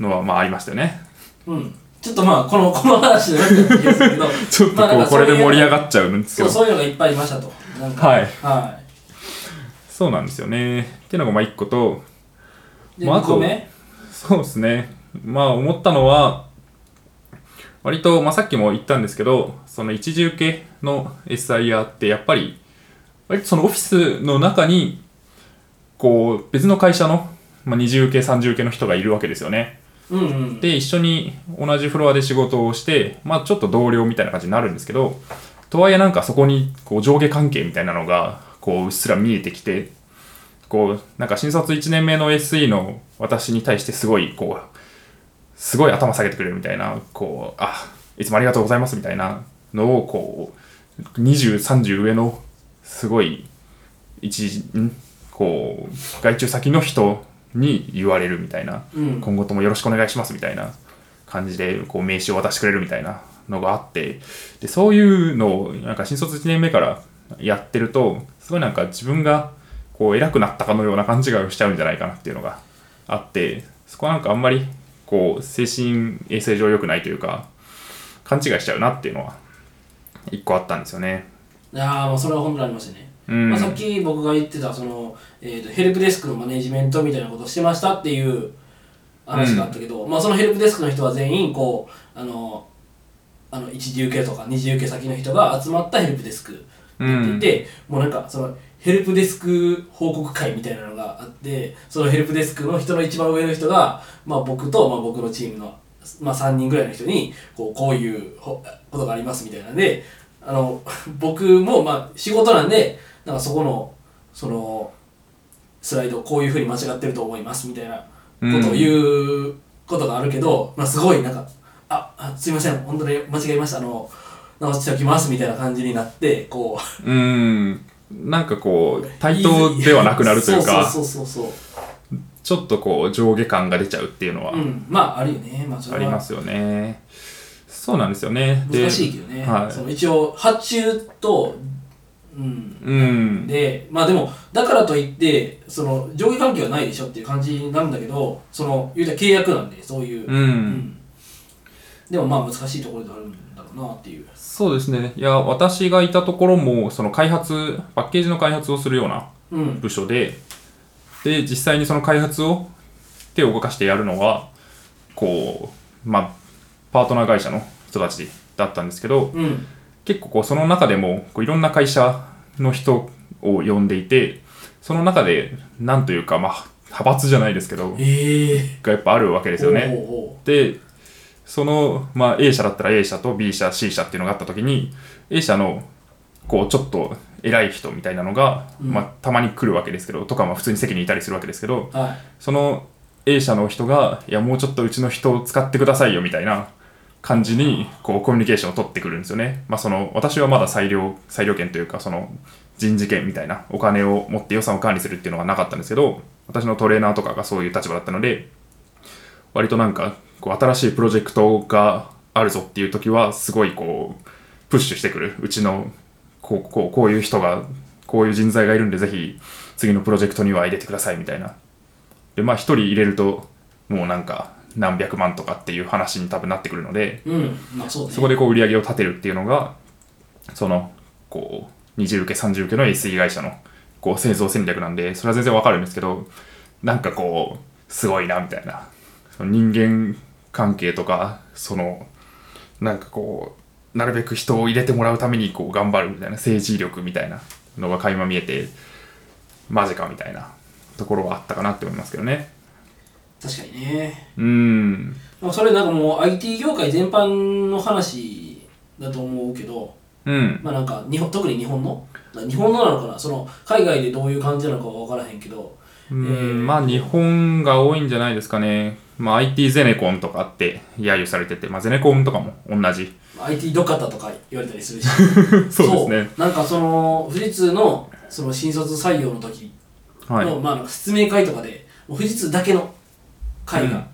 A: なのはまあありましたよね
B: うんちょっとまあこのこの話になっちゃった気がするけど
A: ちょっと
B: まあなん
A: こう
B: か
A: こ
B: そうい
A: れ
B: う
A: で盛り上がっちゃうんですけ
B: そう
A: ど
B: そういうのがいっぱいいましたとなんか
A: はい
B: は
A: そうなんですよね。っていうのがまあ一個と、
B: いで
A: まあ
B: 2個目
A: そうですね。まあ思ったのは、割と、まあさっきも言ったんですけど、その一時受けの SIR ってやっぱり、割とそのオフィスの中に、こう別の会社の、まあ、二次受け、三次受けの人がいるわけですよね。
B: うんうん
A: で一緒に同じフロアで仕事をして、まあ、ちょっと同僚みたいな感じになるんですけどとはいえなんかそこにこう上下関係みたいなのがこううっすら見えてきてこうなんか新卒1年目の SE の私に対してすごいこうすごい頭下げてくれるみたいなこうあいつもありがとうございますみたいなのをこう2030上のすごい一んこう外注先の人に言われるみたいな
B: うん
A: 今後ともよろしくお願いしますみたいな感じでこう名刺を渡してくれるみたいなのがあってでそういうのをなんか新卒1年目からやってるとすごいなんか自分がこう偉くなったかのような勘違いをしちゃうんじゃないかなっていうのがあってそこはなんかあんまりこう精神衛生上良くないというか勘違いしちゃうなっていうのは1個あったんですよね。
B: ああまあそれは本当にありましたね、
A: うん
B: まあ、さっき僕が言ってたその、えー、とヘルプデスクのマネジメントみたいなことをしてましたっていう話があったけど、まあ、そのヘルプデスクの人は全員こうあのあの一次受けとか二次受け先の人が集まったヘルプデスクって言って、もうなんかそのヘルプデスク報告会みたいなのがあってそのヘルプデスクの人の一番上の人が、まあ、僕と、まあ、僕のチームの、まあ、3人ぐらいの人にこうこういうほことがありますみたいなんであの僕もまあ仕事なんでなんかそこのそのスライドこういうふうに間違ってると思いますみたいなことを言うことがあるけど、まあすごいなんかああすいません本当に間違えましたあの直しておきますみたいな感じになってこう
A: うん。なんかこう、対等ではなくなるというか、
B: そうそうそうそうそ
A: ちょっとこう、上下感が出ちゃうっていうのは
B: ううんまああるよねまあ
A: あ
B: それ
A: りま
B: は
A: すよね。そうなんですよね。で
B: 難しいけどね、
A: はい
B: その一応発注とうん
A: うん。
B: でまあでもだからといってその上下関係はないでしょっていう感じなんだけどその言うたら契約なんでそういう、
A: うん
B: でもまあ難しいところではあるんだろうなっていう
A: そうですね。いや、私がいたところも、その開発、パッケージの開発をするような
B: うん
A: 部署で、で、実際にその開発を手を動かしてやるのは、こう、まあ、パートナー会社の人たちだったんですけど、
B: うん
A: 結構こうその中でもこういろんな会社の人を呼んでいて、その中で、なんというか、まあ、派閥じゃないですけど、
B: ええ
A: がやっぱあるわけですよね。
B: ほうほ
A: でその、まあ、A 社だったら A 社と B 社 C 社っていうのがあった時に A 社のこうちょっと偉い人みたいなのが、
B: うん
A: まあ、たまに来るわけですけどとかまあ普通に席にいたりするわけですけど
B: うはい
A: その A 社の人がいやもうちょっとうちの人を使ってくださいよみたいな感じにこうコミュニケーションを取ってくるんですよね、まあ、その私はまだ裁量裁量権というかその人事権みたいなお金を持って予算を管理するっていうのがなかったんですけど私のトレーナーとかがそういう立場だったので割となんかこう新しいプロジェクトがあるぞっていう時はすごいこうプッシュしてくるうちのこうこうこういう人がこういう人材がいるんでぜひ次のプロジェクトには入れてくださいみたいなでまあ一人入れるともうなんか何百万とかっていう話に多分なってくるので
B: うんまあそうね
A: そこでこう売り上げを立てるっていうのがそのこう20受け30受けの SE 会社のこう製造戦略なんでそれは全然わかるんですけどなんかこうすごいなみたいなその人間関係とかそのなんかこうなるべく人を入れてもらうためにこう頑張るみたいな政治力みたいなのが垣間見えてマジかみたいなところはあったかなって思いますけどね。
B: 確かにね
A: うーん。
B: まあそれなんかもう IT 業界全般の話だと思うけど
A: うん。
B: まあなんか日本特に日本の日本のなのかなその海外でどういう感じなのかは分からへんけど
A: うん
B: えー
A: まあ日本が多いんじゃないですかね。まあ IT ゼネコンとかって揶揄されてて、まあゼネコンとかも同じ。
B: IT どかたとか言われたりするし
A: そうですね。
B: そうなんかその富士通のその新卒採用の時の、
A: はい。
B: まあなんか説明会とかでもう富士通だけの会
A: うん
B: が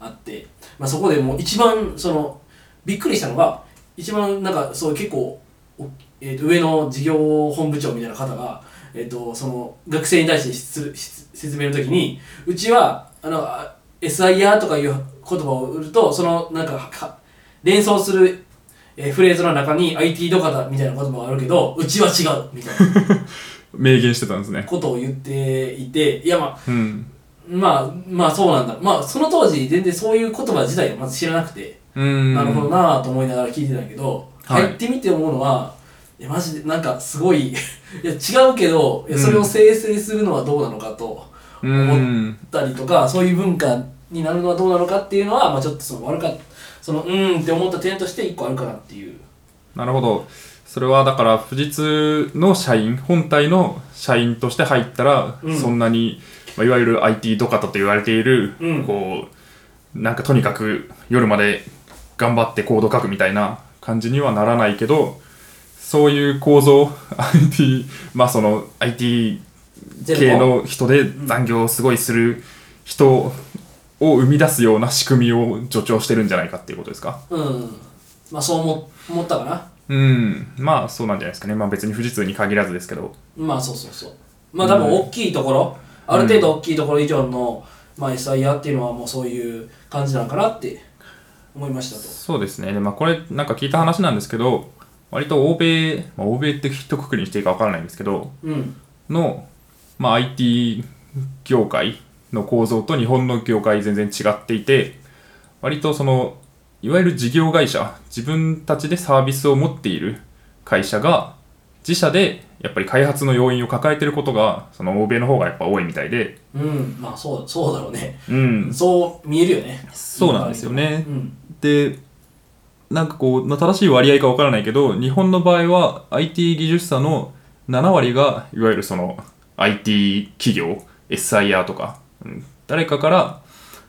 B: あって、まあ、そこでもう一番そのびっくりしたのが一番なんかそう結構、おえーと上の事業本部長みたいな方が、えー、とその学生に対してしし説明の時にうちはあのあ SIR とかいう言葉を売るとそのなんかか連想する、えーフレーズの中に IT どかだみたいな言葉があるけどうちは違うみたいな
A: 明言してたんですね。
B: ことを言っていていやま
A: う
B: あ
A: ん。
B: まあまあそうなんだまあその当時全然そういう言葉自体をまず知らなくて、
A: うーん。
B: なるほどなぁと思いながら聞いてたんやけど、
A: はい
B: 入ってみて思うのはいやマジでなんかすごい いや違うけどいやそれを生成するのはどうなのかと
A: うーん。
B: だりとかそういう文化になるのはどうなのかっていうのは、まあ、ちょっとその悪かったそのうーんって思った点として一個あるかなっていう
A: なるほど。それはだから富士通の社員、本体の社員として入ったら、
B: うん
A: そんなに、まあ、いわゆる IT ドカタと言われている、
B: うん
A: こう、なんかとにかく夜まで頑張ってコード書くみたいな感じにはならないけど、そういう構造、IT、まあその IT 系の人で残業をすごいする人を生み出すような仕組みを助長してるんじゃないかっていうことですか
B: うんまあそう思思ったかな
A: うん、まあそうなんじゃないですかね。まあ別に富士通に限らずですけど。
B: まあそうそうそうまあ多分大きいところ、ある程度大きいところ以上の、まあ、SIR っていうのはもうそういう感じなのかなって思いましたと
A: そうですね。で、まあこれなんか聞いた話なんですけど、割と欧米、まあ、欧米って一括りにしていいか分からないんですけど、
B: うん
A: の、まあ、IT 業界の構造と日本の業界全然違っていて割とそのいわゆる事業会社自分たちでサービスを持っている会社が自社でやっぱり開発の要因を抱えてることがその欧米の方がやっぱ多いみたいで
B: うんまあそうそうだろうね
A: うん
B: そう見えるよね
A: そうなんですよね
B: うん
A: でなんかこう、まあ正しい割合かわからないけど日本の場合は IT 技術者の7割がいわゆるその IT 企業 SIR とか、うん誰かから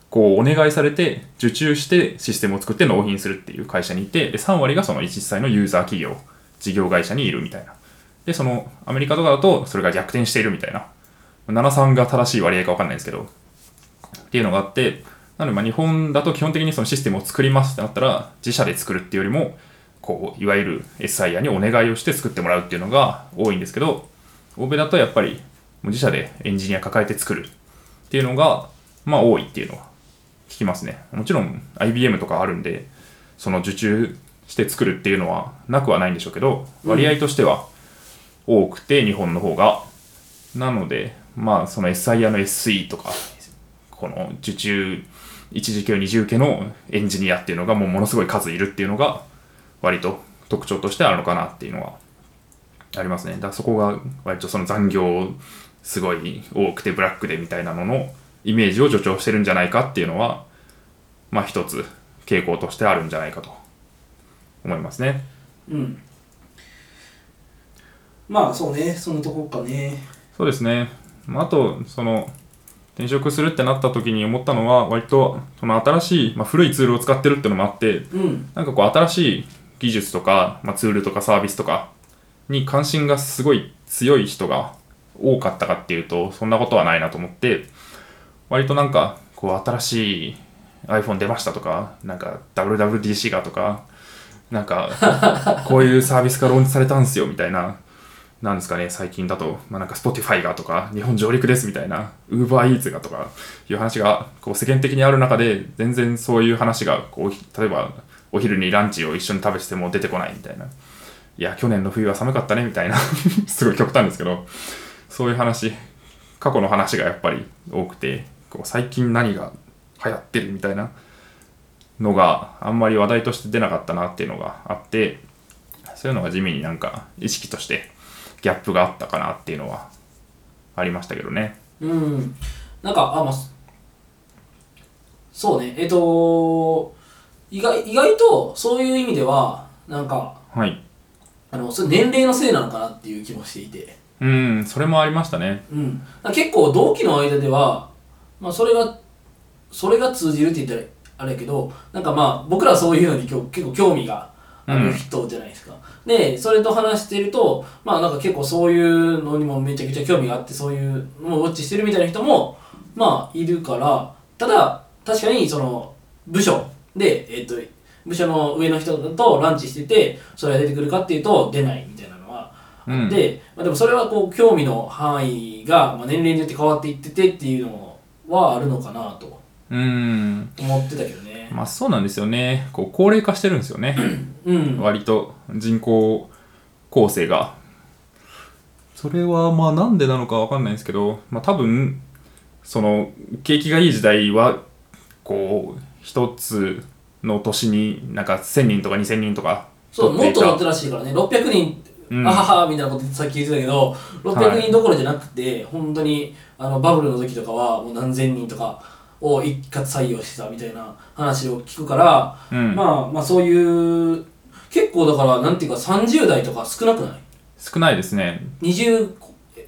A: こうお願いされて受注してシステムを作って納品するっていう会社にいてで3割がその実際のユーザー企業事業会社にいるみたいなでそのアメリカとかだとそれが逆転しているみたいな73が正しい割合かわかんないですけどっていうのがあって、なのでまあ日本だと基本的にそのシステムを作りますってなったら、自社で作るっていうよりも、こう、いわゆる SIR にお願いをして作ってもらうっていうのが多いんですけど、欧米だとやっぱりもう自社でエンジニア抱えて作るっていうのが、まあ多いっていうのは聞きますね。もちろん IBM とかあるんで、その受注して作るっていうのはなくはないんでしょうけど、割合としては多くて日本の方が、なので、まあその SIR の SE とか、この受注一次級二次受けのエンジニアっていうのがもうものすごい数いるっていうのが割と特徴としてあるのかなっていうのはありますねだからそこが割とその残業すごい多くてブラックでみたいなののイメージを助長してるんじゃないかっていうのはまあ一つ傾向としてあるんじゃないかと思いますね
B: うんまあそうねそのとこかね
A: そうですね。まああと、その、転職するってなった時に思ったのは、割と、その新しい、まあ、古いツールを使ってるってのもあって、
B: うん
A: なんかこう、新しい技術とか、まあ、ツールとかサービスとかに関心がすごい強い人が多かったかっていうと、そんなことはないなと思って、割となんか、こう、新しい iPhone 出ましたとか、なんか WWDC がとか、なんか、こういうサービスがローンチされたんすよみたいな、なんですかね、最近だと、まあ、なんか Spotify がとか、日本上陸ですみたいな、UberEats がとかいう話がこう世間的にある中で、全然そういう話がこう、例えばお昼にランチを一緒に食べてても出てこないみたいな、いや、去年の冬は寒かったねみたいな、 すごい極端ですけど、そういう話、過去の話がやっぱり多くて、こう最近何が流行ってるみたいなのがあんまり話題として出なかったなっていうのがあって、そういうのが地味になんか意識としてギャップがあったかなっていうのはありましたけどね。
B: うんなんかあまあそそうねえっと意外意外とそういう意味ではなんか
A: はい。
B: あのそれ年齢のせいなのかなっていう気もしていて
A: うん、それもありましたね。
B: うん、結構同期の間では、まあ、それがそれが通じるって言ったらあれやけどなんかまあ僕らはそういうのに今日結構興味があ
A: うん
B: る人じゃないですか、でそれと話してるとまあなんか結構そういうのにもめちゃくちゃ興味があってそういうのをウォッチしてるみたいな人もまあいるからただ確かにその部署で、えっと部署の上の人とランチしててそれが出てくるかっていうと出ないみたいなのは
A: うん。
B: で、まあ、でもそれはこう興味の範囲が、まあ、年齢によって変わっていっててっていうのはあるのかなと
A: うん。
B: 思ってたけどね、
A: まあそうなんですよね。こう、高齢化してるんですよね。
B: うん
A: 割と人口構成がそれはまあなんでなのかわかんないんですけど、まあ、多分その景気がいい時代はこう一つの年になんか1000人とか2000人とか
B: そうもっと
A: 取っ
B: なって
A: い
B: たらしいからね600人、
A: うん
B: あははみたいなことさっき言ってたけど600人どころじゃなくて、本当にあのバブルの時とかはもう何千人とかを一括採用してたみたいな話を聞くから、
A: たうん
B: まあまあそういう結構だからなんていうか30代とか少なくない
A: 少ないですね
B: 20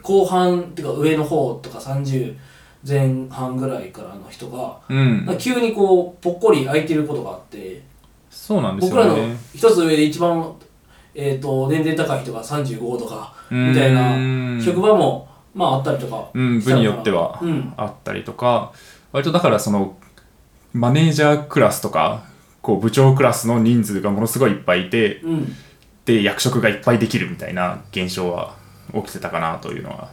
B: 後半っていうか上の方とか30前半ぐらいからの人が、
A: うん
B: なんか急にこうぽっこり空いてることがあって
A: そうなんです
B: 僕ら
A: よ
B: の
A: ね
B: 一つ上で一番、えー、と年齢高い人が35とかみたいうな
A: ーん
B: 職場もまああったりとか
A: うん、
B: した
A: 部
B: のかな
A: によっては
B: うん
A: あったりとか、割とだからそのマネージャークラスとかこう部長クラスの人数がものすごいいっぱいいて
B: うん
A: で役職がいっぱいできるみたいな現象は起きてたかなというのは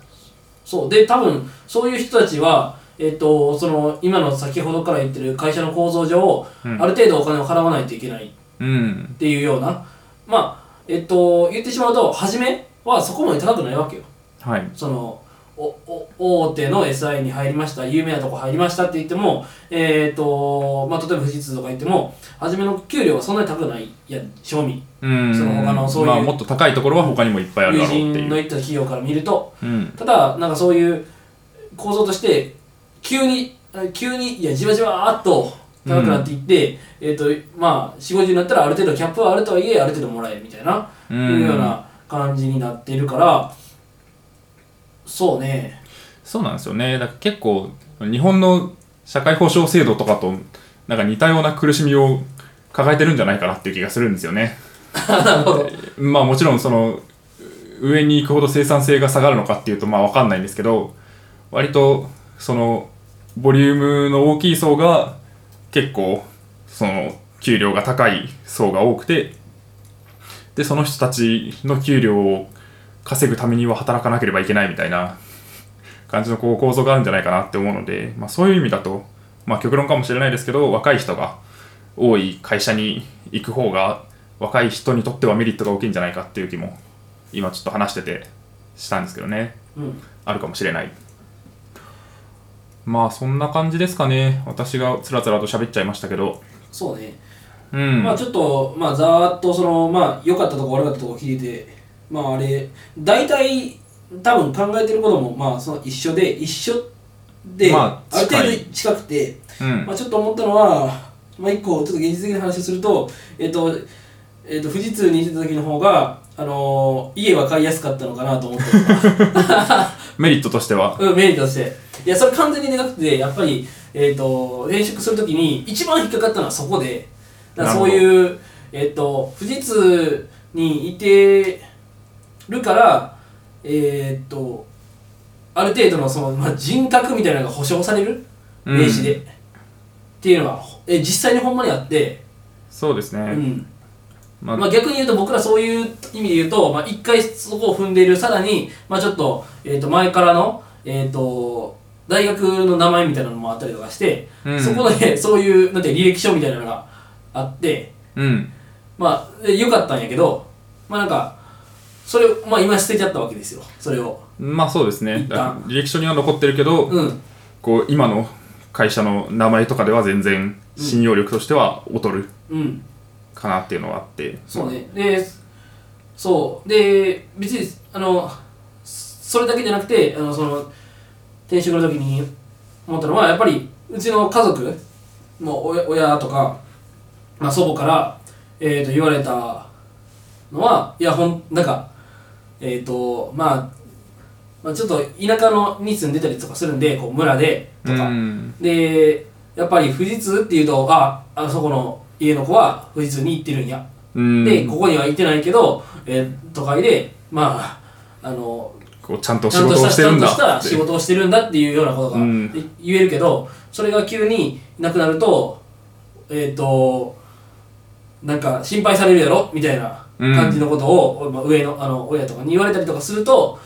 B: そうで多分そういう人たちは、えー、とその今の先ほどから言ってる会社の構造上、
A: うん
B: ある程度お金を払わないといけない
A: うん
B: っていうようなまあえっと、言ってしまうと、初めはそこまで高くないわけよ。
A: はい
B: その、おお大手の SI に入りました、有名なとこ入りましたって言っても、えっと、まあ、例えば富士通とか言っても、初めの給料はそんなに高くない、やん、賞味。
A: うん
B: その他のそういう
A: まあ、もっと高いところは他にもいっぱいある
B: 友
A: だろうって
B: 人
A: い
B: の
A: う、
B: 行った企業から見ると、
A: うん、
B: ただ、なんかそういう構造として、急に、あ急に、いや、じわじわーっと高くなっていって、えっ、と、まあ、4、50になったらある程度キャップはあるとはいえ、ある程度もらえるみたいな、
A: う
B: いうようんな感じになってるから、そうね、
A: そうなんですよねだから結構日本の社会保障制度とかとなんか似たような苦しみを抱えてるんじゃないかなっていう気がするんですよね
B: なるほど。
A: まあもちろんそのう上に行くほど生産性が下がるのかっていうとまあ分かんないんですけど割とそのボリュームの大きい層が結構その給料が高い層が多くてでその人たちの給料を稼ぐためには働かなければいけないみたいな感じのこう構造があるんじゃないかなって思うので、まあ、そういう意味だと、まあ、極論かもしれないですけど若い人が多い会社に行く方が若い人にとってはメリットが大きいんじゃないかっていう気も今ちょっと話しててしたんですけどね
B: うん。
A: あるかもしれないまあそんな感じですかね私がつらつらと喋っちゃいましたけど
B: そうね。
A: うん、
B: まあちょっと、まあざーっとその、まあ良かったとこ悪かったとこ聞いて、まああれ、大体多分考えてることも、まあその一緒で、一緒で、
A: まあ
B: ある程
A: 近い
B: 度近くて、
A: うん
B: まあちょっと思ったのは、まあ一個ちょっと現実的な話をすると、えっと、えっと、富士通に行ってた時の方が、あのー家は買いやすかったのかな と思ってる
A: メリットとしては
B: うん、メリットとして。いや、それ完全にでかくて、やっぱり、えっ、と、転職するときに、一番引っかかったのはそこで、だからそういう、えっ、と、富士通にいてるから、えっ、と、ある程度のその、まあ、人格みたいなのが保証される、
A: うん
B: 名刺で。っていうのは、え実際にほんまにあって、
A: そうですね、
B: うん。
A: まあ、
B: まあ、逆に言うと僕らそういう意味で言うと、まあ、一回そこを踏んでいるさらに、まあ、ちょっと,、えー、と前からの、えー、と大学の名前みたいなのもあったりとかして、
A: うん
B: そこでそういうなんて履歴書みたいなのがあって、
A: うん
B: まあ、で良かったんやけど、まあ、なんかそれを、まあ、今捨てちゃったわけですよそれを。
A: まあそうですね
B: 一旦
A: だから履歴書には残ってるけど、
B: うん
A: こう今の会社の名前とかでは全然信用力としては劣る
B: うん
A: かなっていうのはあって、
B: そうね。で、そう。で、別に、あの、そそれだけじゃなくて、あの、その、転職の時に思ったのは、やっぱり、うちの家族、もう親親とか、まあ、祖母から、えー、と言われたのは、いや、ほん、なんか、えっ、と、まあ、まあ、ちょっと田舎のに住んでたりとかするんで、こう村でとか、
A: うん
B: で、やっぱり富士通っていうと、あ、あそこの家の子は富士通に行ってるんや
A: うん
B: で、ここには行ってないけど、えー都会で、まあ、あの、
A: こうちゃんと
B: ち
A: 仕
B: ゃんと
A: 事を
B: し、
A: したて
B: ちゃ
A: る
B: ん
A: ん
B: と
A: だ
B: した
A: って
B: 仕事をしてるんだっていうようなことが
A: うん
B: で言えるけど、それが急になくなると、えっ、と、なんか心配されるやろみたいな感じのことを、まあ、上のあの親とかに言われたりとかすると、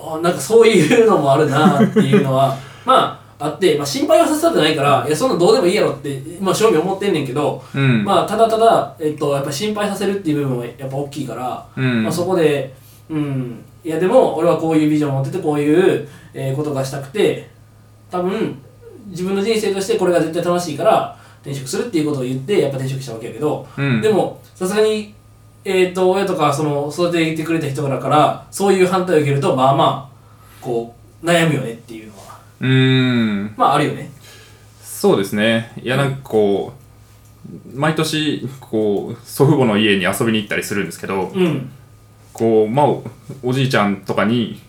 B: あなんかそういうのもあるなっていう のは、まあ、あって、まあ、心配はさせたくないから、いや、そんなんどうでもいいやろって、まあ、正味思ってんねんけど、
A: うん
B: まあ、ただただ、えっと、やっぱ心配させるっていう部分はやっぱ大きいから、
A: うん
B: まあ、そこで、うん、いやでも俺はこういうビジョンを持っててこういう、えーことがしたくて多分自分の人生としてこれが絶対楽しいから転職するっていうことを言ってやっぱ転職したわけやけど、
A: うん
B: でもさすがに、えっと親とかその育ててくれた人からからそういう反対を受けるとまあまあこう悩むよねっていうのは
A: うーん
B: まああるよね。
A: そうですねいやなんかこう毎年こう祖父母の家に遊びに行ったりするんですけど、
B: うん、
A: こうまあおおじいちゃんとかに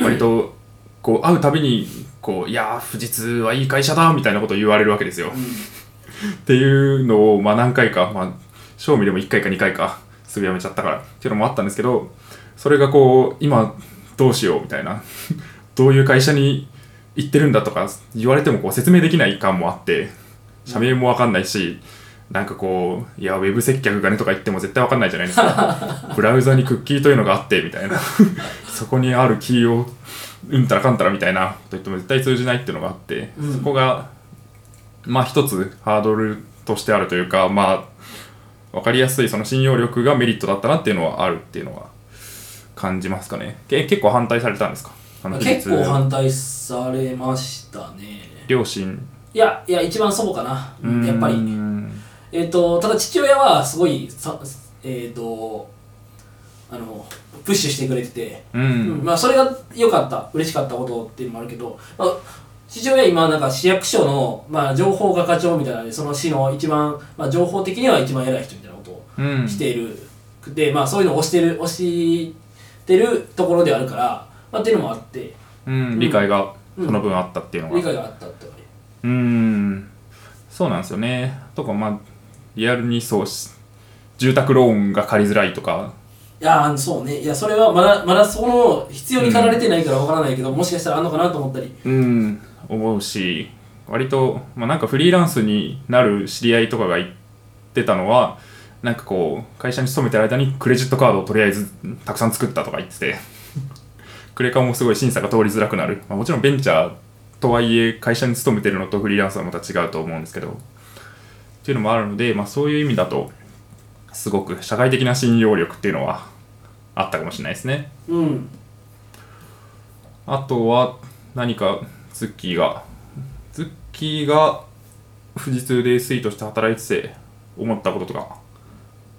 A: 割とこう会うたびにこういやー富士通はいい会社だみたいなことを言われるわけですよ、っていうのをまあ何回かまあ賞味でも1回か2回かすぐやめちゃったからっていうのもあったんですけどそれがこう今どうしようみたいなどういう会社に行ってるんだとか言われてもこう説明できない感もあって社名もわかんないしなんかこういやウェブ接客がねとか言っても絶対わかんないじゃないです かブラウザにクッキーというのがあってみたいな そこにあるキーをうんたらかんたらみたいなこと言っても絶対通じないっていうのがあって、
B: うん
A: そこがまあ一つハードルとしてあるというかまあ分かりやすいその信用力がメリットだったなっていうのはあるっていうのは感じますかねけ結構反対されたんですかあの
B: 結
A: 比
B: 構
A: 率
B: 反対されましたね
A: 両親
B: いやいや一番祖母かな
A: うん
B: やっぱりえっ、とただ父親はすごいさえっ、とあのプッシュしてくれてて、
A: う
B: うん
A: ん
B: まあそれが良かった嬉しかったことっていうのもあるけど、まあ、父親は今なんか市役所の、まあ、情報課長みたいなのでその市の一番、まあ、情報的には一番偉い人みたいなことを
A: うん
B: しているくて、まあそういうのを推してる推してるところであるから、まあ、っていうのもあって
A: うん理解がその分あったっていうのが
B: 理解があったってわけ
A: うーんそうなんですよねとかまあリアルにそうし住宅ローンが借りづらいとか
B: いやーそうねいやそれはまだまだその必要に駆られてないからわからないけど、もしかしたらあんのかなと思ったり
A: うん思うし割と、まあ、なんかフリーランスになる知り合いとかが言ってたのはなんかこう会社に勤めてる間にクレジットカードをとりあえずたくさん作ったとか言ってて クレカもすごい審査が通りづらくなる、まあ、もちろんベンチャーとはいえ会社に勤めてるのとフリーランスはまた違うと思うんですけどっていうのもあるので、まあ、そういう意味だとすごく社会的な信用力っていうのはあったかもしれないですね。
B: うん
A: あとは何かズッキーがズッキーが富士通で SE として働いてて思ったこととか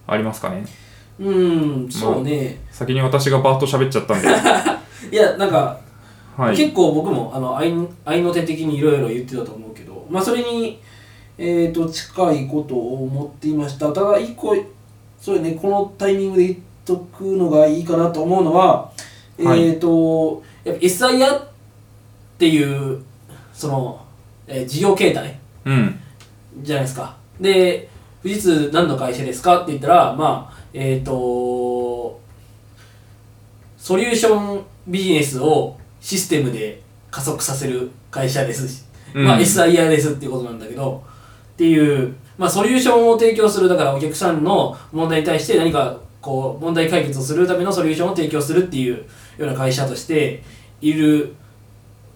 A: ありますかね
B: うんそうね、
A: 先に私がバーッと喋っちゃった んで
B: いやなんか、
A: はい
B: 結構僕もあの愛愛の手的にいろいろ言ってたと思うけどまあそれにえー、と近いことを思っていましたただ一個そうねこのタイミングで言っとくのがいいかなと思うのは、
A: はい
B: えっ、とやっぱ SIR っていうその、えー事業形態
A: うん
B: じゃないですか。で、富士通何の会社ですかって言ったら、まあ、えっ、と、ソリューションビジネスをシステムで加速させる会社ですし、
A: うん
B: まあ SIR ですっていうことなんだけど、っていう、まあソリューションを提供する、だからお客さんの問題に対して何かこう問題解決をするためのソリューションを提供するっていうような会社としている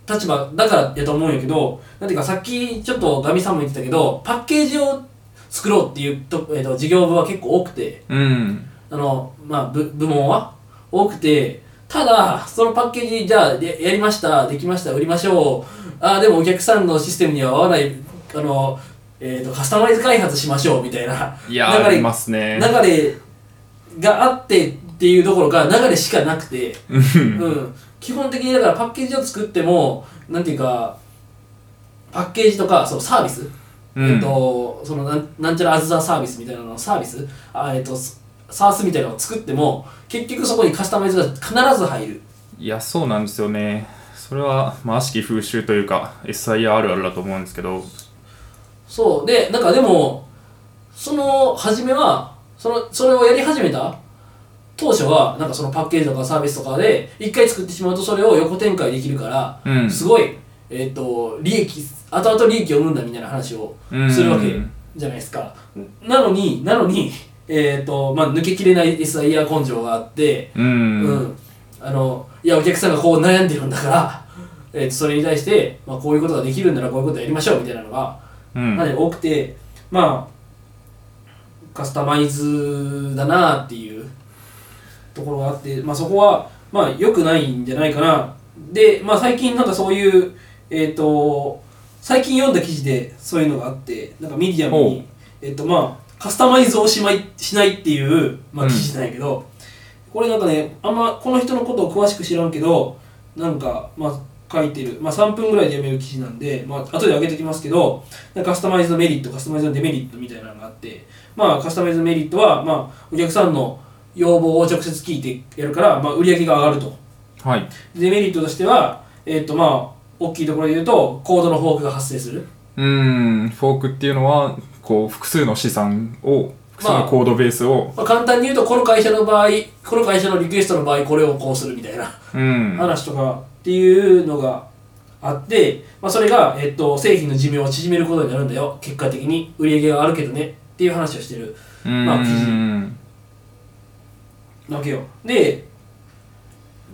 B: 立場だからやと思うんやけどなんていうかさっきちょっとガミさんも言ってたけどパッケージを作ろうっていうと、えー、と事業部は結構多くて
A: うん
B: あの、まあ、部部門は多くてただそのパッケージじゃあややりましたできました売りましょうあーでもお客さんのシステムには合わないあの、えー、とカスタマイズ開発しましょうみたいない流
A: やーあ
B: れ
A: りますね
B: 流れがあってっていうどころか流れしかなくて、うん、基本的にだからパッケージを作ってもなんていうかパッケージとかそのサービス、
A: うん
B: えっと、そのなんなんちゃらアズザサービスみたいなのサービスあ、えっと、スサースみたいなのを作っても結局そこにカスタマイズが必ず入る。
A: いやそうなんですよねそれは、まあ、悪しき風習というか SIR あるあるだと思うんですけど
B: そうでなんかでもその初めはそのそれをやり始めた当初はなんかそのパッケージとかサービスとかで一回作ってしまうとそれを横展開できるから、
A: うん
B: すごい、えっと利益後々利益を生むんだみたいな話を
A: うん
B: するわけじゃないですか、なのになのに、えっとまあ、抜けきれない SIR 根性があって、
A: うん
B: うん、あのいやお客さんがこう悩んでるんだから、えっとそれに対して、まあ、こういうことができるんならこういうことやりましょうみたいなのが
A: うん
B: まで多くてまあカスタマイズだなっていうところがあって、まあ、そこはまあ良くないんじゃないかなで、まあ、最近なんかそういうえっ、と最近読んだ記事でそういうのがあってなんかミディアム
A: ほう
B: に、えっとまあ、カスタマイズをおしまいしないっていう、ま
A: う
B: あ、
A: ん
B: 記事なんやけど、これなんかねあんまこの人のことを詳しく知らんけどなんかまあ書いてる、まあ、3分ぐらいで読める記事なんで、まあ後で上げてきますけどカスタマイズのメリットカスタマイズのデメリットみたいなのがあって、まあ、カスタマイズのメリットは、まあ、お客さんの要望を直接聞いてやるから、まあ、売り上げが上がると
A: はい
B: デメリットとしては、えっとまあ、大きいところで言うとコードのフォークが発生する
A: うんフォークっていうのはこう複数の資産を複数のコードベースを、
B: まあ、簡単に言うとこの会社の場合この会社のリクエストの場合これをこうするみたいな
A: うん
B: 話とかっていうのがあって、まあ、それが、えっと、製品の寿命を縮めることになるんだよ結果的に売り上げがあるけどねっていう話をしてるまあ記事
A: うん
B: わけよで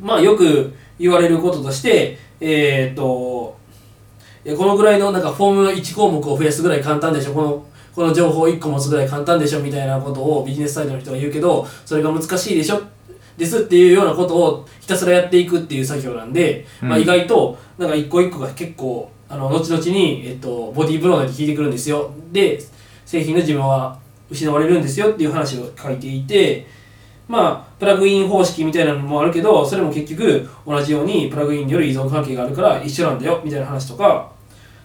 B: まあよく言われることとしてえーっといやこのぐらいのなんかフォームの1項目を増やすぐらい簡単でしょこのこの情報1個持つぐらい簡単でしょみたいなことをビジネスサイトの人が言うけどそれが難しいでしょですっていうようなことをひたすらやっていくっていう作業なんで、まあ、
A: うん
B: 意外となんか一個一個が結構あの後々に、えっと、ボディーブローなど効いてくるんですよで製品の自分は失われるんですよっていう話を書いていてまあプラグイン方式みたいなのもあるけどそれも結局同じようにプラグインによる依存関係があるから一緒なんだよみたいな話とか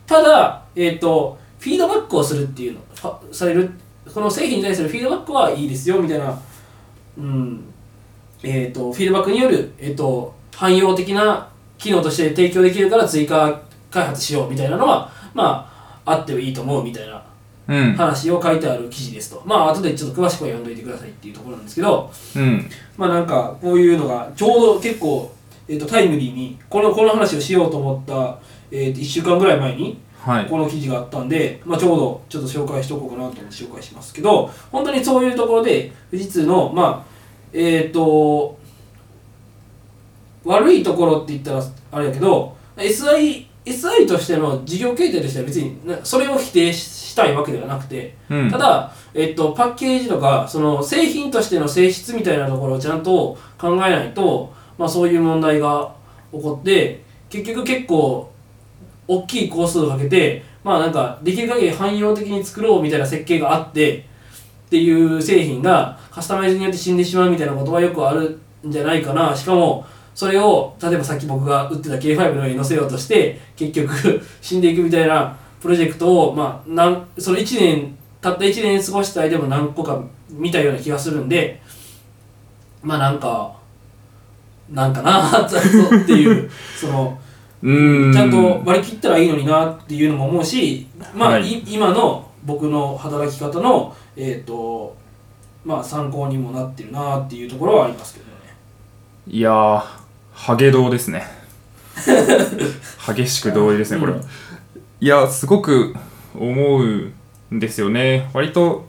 B: ただえっ、とフィードバックをするっていうのファされるこの製品に対するフィードバックはいいですよみたいなうんえー、とフィードバックによる、えー、と汎用的な機能として提供できるから追加開発しようみたいなのは、まあ、あってもいいと思うみたいな
A: うん
B: 話を書いてある記事ですと、まあ後でちょっと詳しくは読んどいてくださいっていうところなんですけど、
A: うん
B: まあ、なんかこういうのがちょうど結構、えー、とタイムリーにこのこの話をしようと思った、えー、と1週間ぐらい前に
A: はい
B: この記事があったんで、まあ、ちょうどちょっと紹介しておこうかなと思って紹介しますけど本当にそういうところで富士通のまあえっ、と悪いところって言ったらあれやけど SI, SI としての事業形態としては別になそれを否定ししたいわけではなくて
A: うん
B: ただ、えっと、パッケージとかその製品としての性質みたいなところをちゃんと考えないと、まあ、そういう問題が起こって結局結構大きい工数をかけて、まあ、なんかできる限り汎用的に作ろうみたいな設計があってっていう製品がカスタマイズによって死んでしまうみたいなことはよくあるんじゃないかなしかもそれを例えばさっき僕が打ってた K5 の上に乗せようとして結局 死んでいくみたいなプロジェクトを、まあ、なんその1年たった1年過ごした間も何個か見たような気がするんでまあなんかなんかな っていうその
A: うん
B: ちゃんと割り切ったらいいのになっていうのも思うし、まあ、
A: はい
B: い今の僕の働き方の、えーとまあ、参考にもなってるなっていうところはありますけどね。
A: いやーハゲ道ですね激しく同意ですねこれは、
B: うん
A: いやすごく思うんですよね割と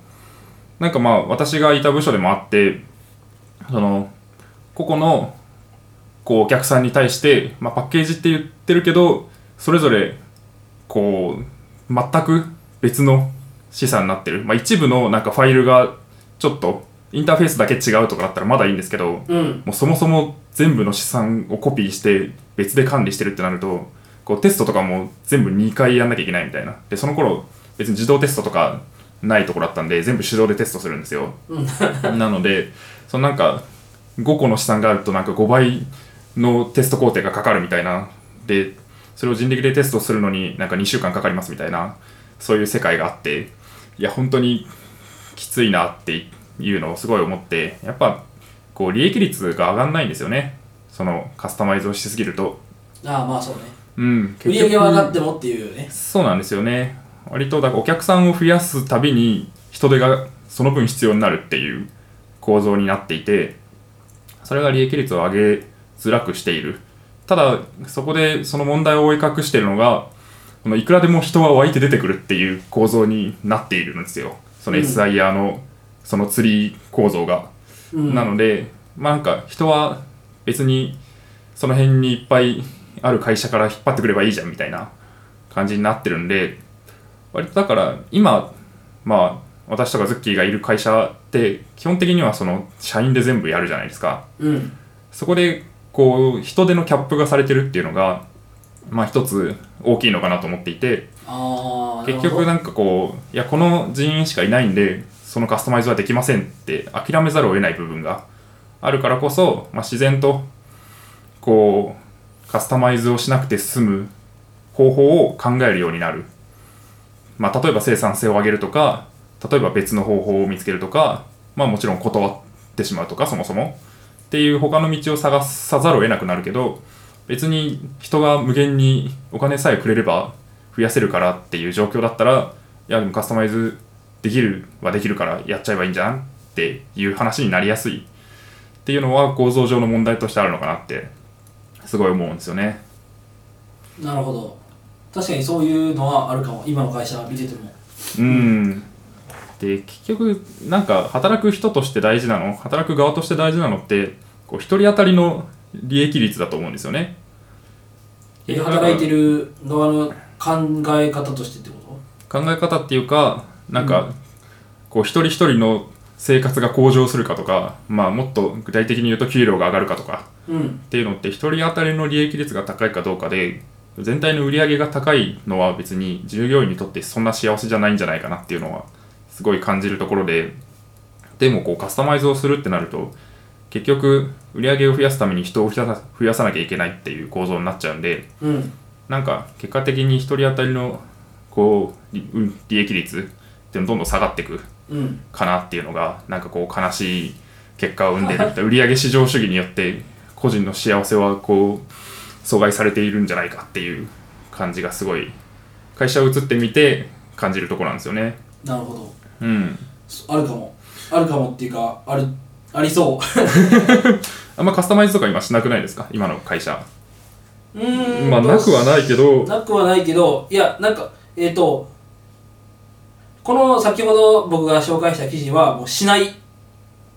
A: なんかまあ私がいた部署でもあってその個々のこうお客さんに対して、まあ、パッケージって言ってるけどそれぞれこう全く別の資産になってる、まあ、一部のなんかファイルがちょっとインターフェースだけ違うとかだったらまだいいんですけど、
B: うん、
A: もうそもそも全部の資産をコピーして別で管理してるってなるとこうテストとかも全部2回やんなきゃいけないみたいなでその頃別に自動テストとかないところだったんで全部手動でテストするんですよ
B: うん
A: なのでそのなんか5個の資産があるとなんか5倍のテスト工程がかかるみたいなでそれを人力でテストするのになんか2週間かかりますみたいなそういう世界があっていや本当にきついなっていうのをすごい思ってやっぱこう利益率が上がんないんですよねそのカスタマイズをしすぎると
B: ああまあそうね
A: うん
B: 売り上げは上がってもっていうね
A: そうなんですよね割とだからお客さんを増やすたびに人手がその分必要になるっていう構造になっていてそれが利益率を上げづらくしているただそこでその問題を覆い隠しているのがこのいくらでも人は湧いて出てくるっていう構造になっているんですよその
B: うん
A: SIR のそのツリー構造が、
B: うん
A: なので、まあなんか人は別にその辺にいっぱいある会社から引っ張ってくればいいじゃんみたいな感じになってるんで、割とだから今、まあ私とかズッキーがいる会社って基本的にはその社員で全部やるじゃないですか。
B: うん
A: そこでこう人手のキャップがされてるっていうのが、まあ一つ大きいのかなと思っていて、
B: ああ
A: 結局なんかこういやこの人員しかいないんでそのカスタマイズはできませんって諦めざるを得ない部分があるからこそ、まあ、自然とこうカスタマイズをしなくて済む方法を考えるようになる、まあ、例えば生産性を上げるとか例えば別の方法を見つけるとか、まあ、もちろん断ってしまうとかそもそもっていう他の道を探さざるを得なくなるけど別に人が無限にお金さえくれれば増やせるからっていう状況だったらいやでもカスタマイズできるはできるからやっちゃえばいいんじゃんっていう話になりやすいっていうのは構造上の問題としてあるのかなってすごい思うんですよね
B: なるほど確かにそういうのはあるかも今の会社見てても
A: うんで結局なんか働く人として大事なの働く側として大事なのってこう一人当たりの利益率だと思うんですよね
B: え働いてる側の考え方としてってこ
A: 考え方っていうかなんか、こう一人一人の生活が向上するかとか、まあ、もっと具体的に言うと給料が上がるかとか
B: うん
A: っていうのって一人当たりの利益率が高いかどうかで全体の売り上げが高いのは別に従業員にとってそんな幸せじゃないんじゃないかなっていうのはすごい感じるところででもこうカスタマイズをするってなると結局売り上げを増やすために人を増やさ増やさなきゃいけないっていう構造になっちゃうんで
B: うん
A: なんか結果的に一人当たりのこう利うん利益率っていうのどんどん下がっていく
B: うん
A: かなっていうのがなんかこう悲しい結果を生んでるみたいな売上至上主義によって個人の幸せはこう阻害されているんじゃないかっていう感じがすごい会社を移ってみて感じるところなんですよね
B: なるほど
A: うん
B: そあるかもあるかもっていうかあるありそう
A: あんまカスタマイズとか今しなくないですか今の会社
B: うーん
A: まあなくはないけど
B: なくはないけどいやなんかえっ、とこの先ほど僕が紹介した記事はもうしないっ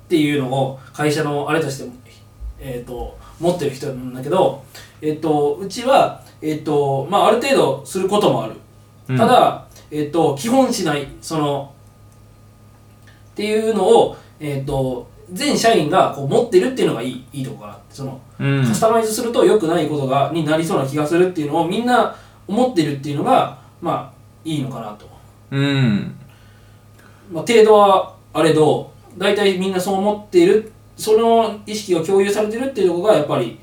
B: ていうのを会社のあれとしても、えー、と持ってる人なんだけど、えっとうちは、えっとまあ、ある程度することもある、
A: うん
B: ただ、えっと基本しないそのっていうのを、えっと全社員がこう持ってるっていうのがいいいいとこかなってその
A: うん
B: カスタマイズすると良くないことがになりそうな気がするっていうのをみんな思ってるっていうのがまあいいのかなと、
A: うん
B: まあ、程度はあれど大体みんなそう思っているその意識が共有されてるっていうところがやっぱり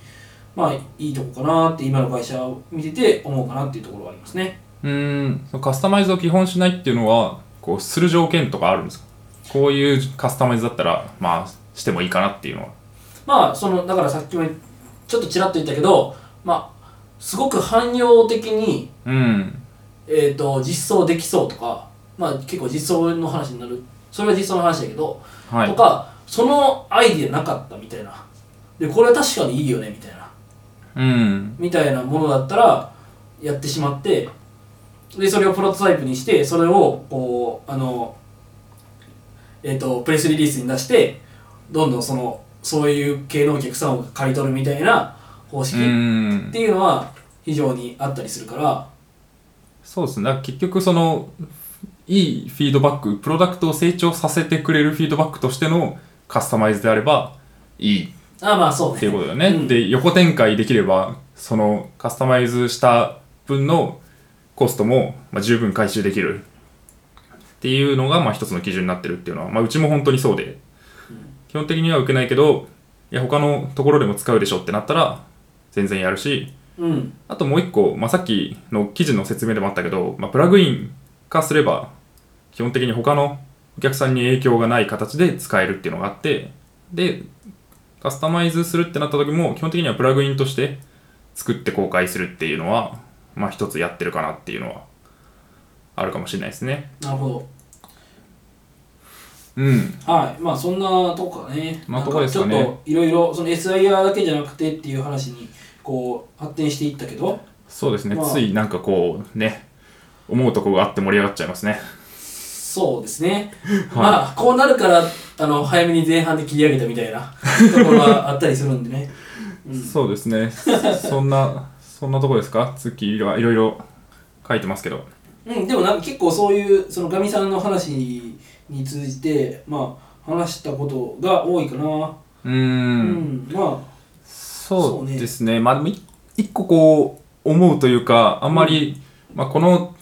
B: まあいいとこかなって今の会社を見てて思うかなっていうところはありますね
A: うんそのカスタマイズを基本しないっていうのはこうする条件とかあるんですかこういうカスタマイズだったらまあしてもいいかなっていうのは
B: まあそのだからさっきもちょっとちらっと言ったけどまあすごく汎用的に、
A: うん
B: えー、と実装できそうとかまあ結構実装の話になるそれは実装の話だけど
A: はい
B: とかそのアイディアなかったみたいなでこれは確かにいいよねみたいな
A: うん
B: みたいなものだったらやってしまってでそれをプロトタイプにしてそれをこうあのえっ、とプレスリリースに出してどんどんそのそういう系のお客さんを借り取るみたいな方
A: う
B: 式っ
A: ん
B: ていうのは非常にあったりするから
A: そうですねだから結局そのいいフィードバックプロダクトを成長させてくれるフィードバックとしてのカスタマイズであればいい
B: あまあそうね
A: っていうことだよね、
B: うん
A: で横展開できればそのカスタマイズした分のコストも、まあ、十分回収できるっていうのが、まあ、一つの基準になってるっていうのは、まあ、うちも本当にそうで、基本的には受けないけどいや他のところでも使うでしょってなったら全然やるし
B: うん
A: あともう一個、まあ、さっきの記事の説明でもあったけど、まあ、プラグイン化すれば基本的に他のお客さんに影響がない形で使えるっていうのがあってでカスタマイズするってなった時も基本的にはプラグインとして作って公開するっていうのは、まあ、一つやってるかなっていうのはあるかもしれないですね
B: なるほ
A: うん
B: どはいまあそんなとこかね
A: まあとこですかね
B: なんちょっといろいろその SIR だけじゃなくてっていう話にこう発展していったけど
A: そうですね、
B: まあ
A: ついなんかこうね思うとこがあって盛り上がっちゃいますね
B: そうですね、
A: はい
B: まあこうなるからあの早めに前半で切り上げたみたいな ところはあったりするんでね、うん、
A: そうですね。そ んな、そんなとこですか月はいろいろ書いてますけど。
B: うん、でもなんか結構そういうそのガミさんの話に通じてまあ話したことが多いかな
A: うー,、
B: うんん、まあ
A: そうですね。まあでもい、一個こう、思うというか、あんまり、まあこの、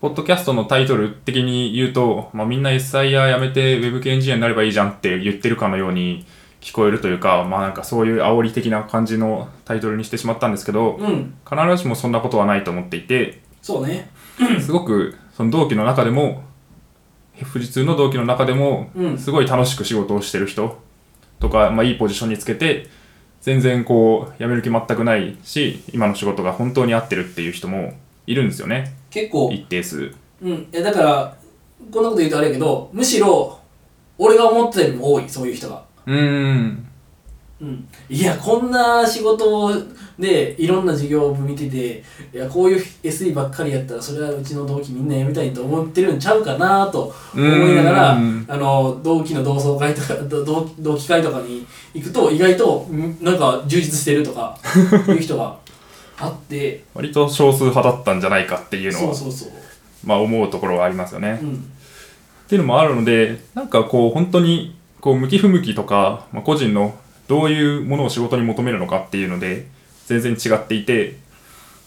A: ポッドキャストのタイトル的に言うと、まあ、みんな SIR やめて Web 系エンジニアになればいいじゃんって言ってるかのように聞こえるというか、まあなんかそういう煽り的な感じのタイトルにしてしまったんですけど、
B: うん
A: 必ずしもそんなことはないと思っていて、
B: そうね
A: すごくその同期の中でも富士通の同期の中でも
B: うん
A: すごい楽しく仕事をしてる人とか、まあ、いいポジションにつけて全然こう辞める気全くないし今の仕事が本当に合ってるっていう人もいるんですよね
B: 結構
A: 一定数
B: うんいやだからこんなこと言うとあれやけどむしろ俺が思ってたよりも多いそういう人が
A: うーん
B: うん、いやこんな仕事でいろんな事業を見てていやこういう SE ばっかりやったらそれはうちの同期みんな辞めたいと思ってるんちゃうかなと思いながら
A: う
B: あ
A: ん
B: の同期の同窓会とかど同同期会とかに行くと意外とんなんか充実してると かいう人があって
A: 割と少数派だったんじゃないかっていうの
B: そう
A: は
B: そうそう、
A: まあ思うところはありますよね
B: うん、
A: っていうのもあるのでなんかこう本当にこう向き不向きとか、まあ、個人のどういうものを仕事に求めるのかっていうので全然違っていて、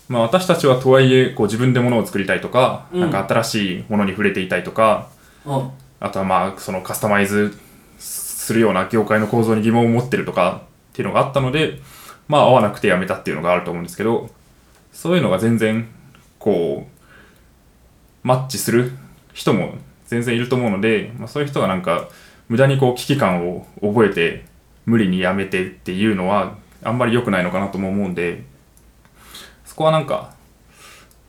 A: まあ、私たちはとはいえこう自分でものを作りたいとか,、
B: うん
A: なんか新しいものに触れていたいとか
B: うん
A: あとはまあそのカスタマイズするような業界の構造に疑問を持ってるとかっていうのがあったのでまあ合わなくてやめたっていうのがあると思うんですけどそういうのが全然こうマッチする人も全然いると思うので、まあ、そういう人がなんか無駄にこう危機感を覚えて無理にやめてっていうのはあんまり良くないのかなとも思うんでそこはなんか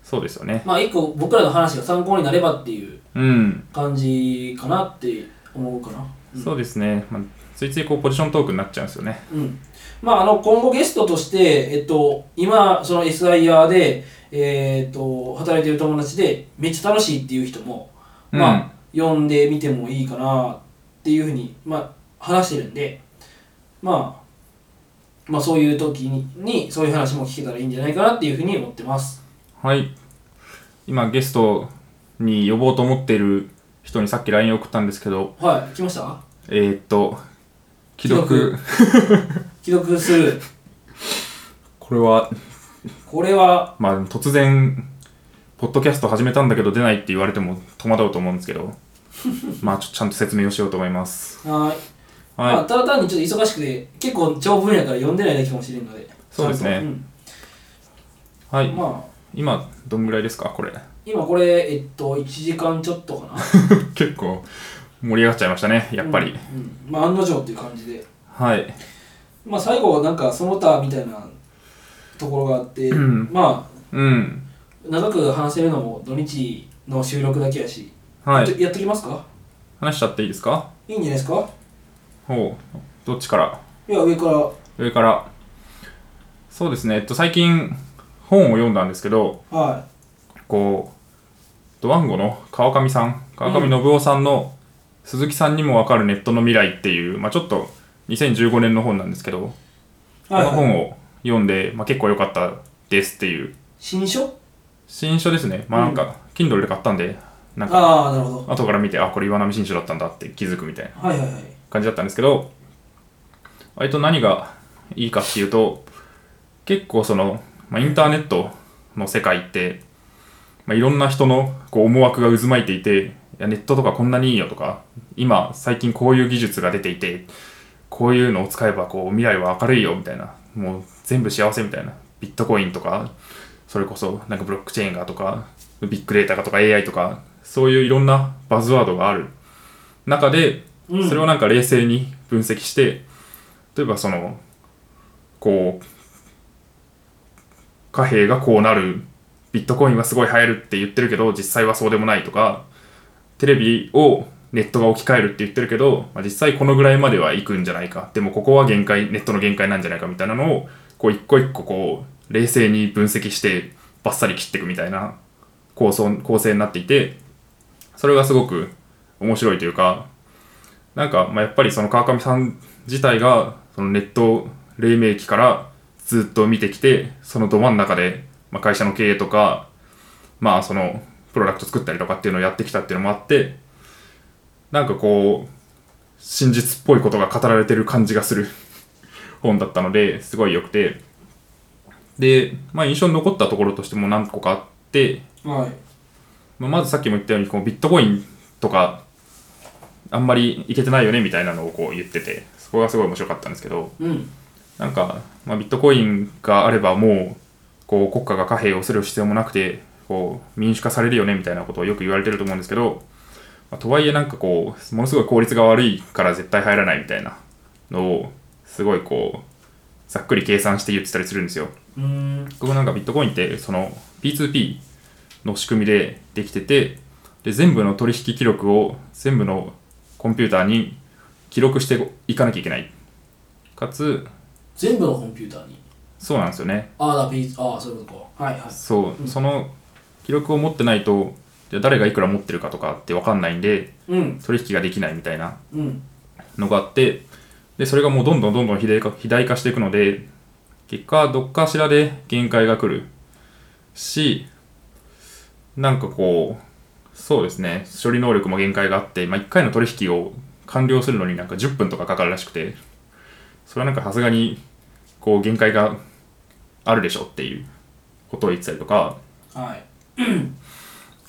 A: そうですよね
B: まあ一個僕らの話が参考になればっていう
A: うん
B: 感じかなって思うかなうん
A: そうですね、まあ、ついついこうポジショントークになっちゃうんですよね
B: うんまあ、あの今後ゲストとして、えっと、今その SIR で、えーっと働いてる友達でめっちゃ楽しいっていう人も、まあ、呼んでみてもいいかなっていうふうに、まあ、話してるんで、まあ、まあそういう時ににそういう話も聞けたらいいんじゃないかなっていうふうに思ってます。
A: はい今ゲストに呼ぼうと思っている人にさっき LINE 送ったんですけど
B: はい、来ました
A: えー、っと既読
B: 既読する。
A: これは
B: これは、
A: まあ突然ポッドキャスト始めたんだけど出ないって言われても戸惑うと思うんですけ どまあちょっとちゃんと説明をしようと思います
B: はーい。まあ、
A: は
B: ただ単にちょっと忙しくて、結構長文やから読んでないだけかもしれんので。
A: そうですね
B: ちゃんとうん
A: い、はい、
B: まあ
A: 今どんぐらいですかこれ
B: 今これえっと1時間ちょっとかな
A: 結構盛り上がっちゃいました ねやっぱり、
B: うん、うんまあ案の定っていう感じで
A: はい
B: まあ最後はなんかその他みたいなところがあって、
A: うん
B: ま
A: うん
B: あ長く話せるのも土日の収録だけやし、
A: は
B: や
A: い
B: っとやっときますか
A: 話しちゃっていいですか
B: いいんじゃないですか
A: ほうどっちから
B: いや上から
A: 上からそうですね、えっと、最近本を読んだんですけど
B: は
A: こうドワンゴの川上さん川上信夫さんの「鈴木さんにもわかるネットの未来」っていう、まあ、ちょっと2015年の本なんですけど、
B: いはい、
A: この本を読んで、まあ、結構良かったですっていう
B: 新書
A: 新書ですねまあなんか、Kindle で買ったんでなんか
B: ああなるほど
A: 後から見てあこれ岩波新書だったんだって気づくみたいな
B: はいはいはい
A: 感じだったんですけど割と何がいいかっていうと結構その、まあ、インターネットの世界って、まあ、いろんな人のこう思惑が渦巻いていていやネットとかこんなにいいよとか今最近こういう技術が出ていてこういうのを使えばこう未来は明るいよみたいなもう全部幸せみたいなビットコインとかそれこそなんかブロックチェーンがとかビッグデータがとか AI とかそういういろんなバズワードがある中で
B: うん
A: それをなんか冷静に分析して例えばそのこう貨幣がこうなるビットコインはすごい流行るって言ってるけど実際はそうでもないとかテレビをネットが置き換えるって言ってるけど、まあ、実際このぐらいまではいくんじゃないかでもここは限界ネットの限界なんじゃないかみたいなのをこう一個一個こう冷静に分析してバッサリ切っていくみたいな構想構成になっていてそれがすごく面白いというかなんか、まあ、やっぱりその川上さん自体がそのネット黎明期からずっと見てきてそのど真ん中で、まあ、会社の経営とか、まあ、そのプロダクト作ったりとかっていうのをやってきたっていうのもあってなんかこう真実っぽいことが語られてる感じがする 本だったのですごい良くてで、まあ、印象に残ったところとしても何個かあって
B: はい
A: まあ、まずさっきも言ったようにこうビットコインとかあんまりいけてないよねみたいなのをこう言っててそこがすごい面白かったんですけど
B: うん
A: なんか、まあ、ビットコインがあればもうこう国家が貨幣をする必要もなくてこう民主化されるよねみたいなことをよく言われてると思うんですけど、まあとはいえなんかこうものすごい効率が悪いから絶対入らないみたいなのをすごいこうざっくり計算して言ってたりするんですよ。
B: うーん
A: 僕なんかビットコインってその P2P の仕組みでできててで全部の取引記録を全部のコンピューターに記録していかなきゃいけないかつ
B: 全部のコンピューターに
A: そうなんですよね
B: ああだピーああそういうことかはいはい
A: そうその記録を持ってないとじゃあ誰がいくら持ってるかとかって分かんないんで
B: うん
A: 取引ができないみたいな
B: うん
A: のがあってでそれがもうどんどんどんどん肥大化肥大化していくので結果どっかしらで限界が来るしなんかこうそうですね処理能力も限界があって、まあ、1回の取引を完了するのになんか10分とかかかるらしくてそれはなんかさすがにこう限界があるでしょっていうことを言ってたりとか
B: はい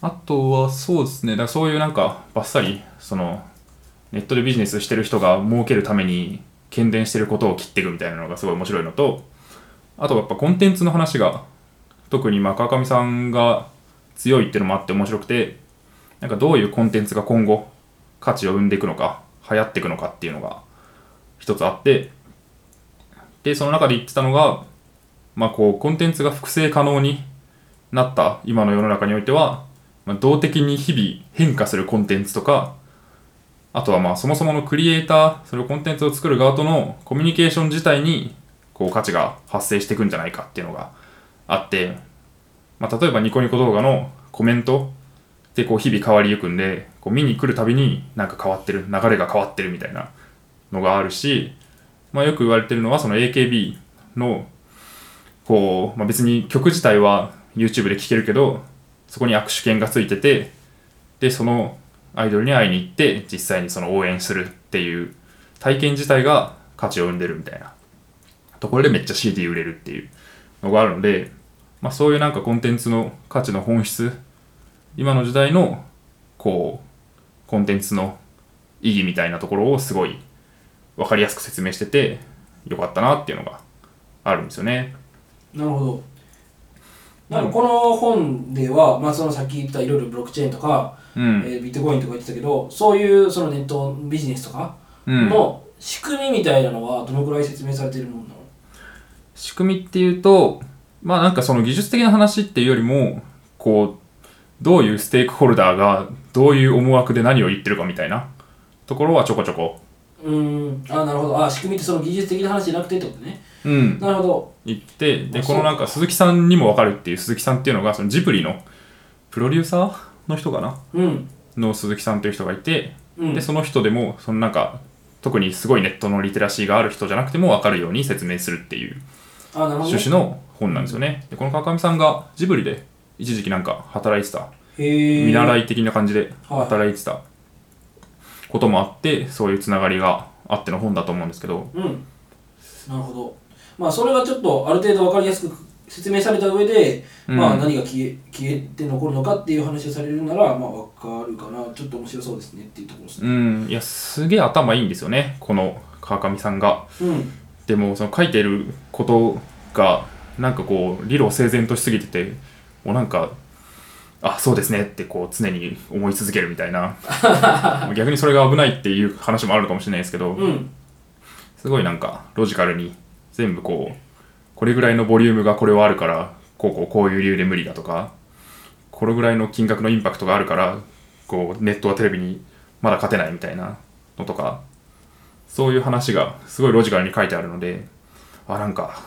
A: あとはそうですねだからそういうなんかばっさりそのネットでビジネスしてる人が儲けるために喧伝してることを切っていくみたいなのがすごい面白いのとあとはやっぱコンテンツの話が特にまあ川上さんが強いっていうのもあって面白くてなんかどういうコンテンツが今後価値を生んでいくのか流行っていくのかっていうのが一つあってでその中で言ってたのがまあこうコンテンツが複製可能になった今の世の中においては、まあ、動的に日々変化するコンテンツとかあとはまあそもそものクリエイターそれをコンテンツを作る側とのコミュニケーション自体にこう価値が発生していくんじゃないかっていうのがあって、まあ、例えばニコニコ動画のコメントでこう日々変わりゆくんでこう見に来るたびになんか変わってる流れが変わってるみたいなのがあるし、まあ、よく言われてるのはその AKB のこう、まあ、別に曲自体は YouTube で聴けるけどそこに握手券がついててでそのアイドルに会いに行って実際にその応援するっていう体験自体が価値を生んでるみたいなところでめっちゃ CD 売れるっていうのがあるので、まあ、そういうなんかコンテンツの価値の本質今の時代のこうコンテンツの意義みたいなところをすごい分かりやすく説明しててよかったなっていうのがあるんですよね。
B: なるほど。なんかこの本では、まあ、そのさっき言ったいろいろブロックチェーンとか、
A: うん
B: えービットコインとか言ってたけどそういうそのネットビジネスとか
A: うん、
B: の仕組みみたいなのはどのくらい説明されてるもんなの
A: 仕組みっていうとまあなんかその技術的な話っていうよりもこうどういうステークホルダーがどういう思惑で何を言ってるかみたいなところはちょこちょこ
B: うーんあなるほどあ仕組みってその技術的な話じゃなくてってことね
A: うん
B: なるほど
A: 行ってで
B: あ
A: このなんか鈴木さんにも分かるっていう鈴木さんっていうのがそのジブリのプロデューサーの人かな
B: うん
A: の鈴木さんという人がいて
B: うん
A: でその人でもそのなんか特にすごいネットのリテラシーがある人じゃなくても分かるように説明するっていう
B: あなるほど、
A: 趣
B: ね
A: 旨、の本なんですよね。でこの川上さんがジブリで一時期なんか働いてた
B: へえ
A: 見習
B: い
A: い的な感じで働いてたこともあってそういうつながりがあっての本だと思うんですけど
B: うんなるほどまあそれがちょっとある程度分かりやすく説明された上で、
A: うん
B: まあ何が消え消えて残るのかっていう話をされるならまあ分かるかなちょっと面白そうですねっていうところですね
A: うんいやすげえ頭いいんですよねこの川上さんが
B: うん
A: でもその書いてることがなんかこう理路整然としすぎててもうなんかあそうですねってこう常に思い続けるみたいな逆にそれが危ないっていう話もあるのかもしれないですけど、
B: うん
A: すごいなんかロジカルに全部こうこれぐらいのボリュームがこれはあるからこうこうこういう理由で無理だとかこれぐらいの金額のインパクトがあるからこうネットはテレビにまだ勝てないみたいなのとかそういう話がすごいロジカルに書いてあるのであなんか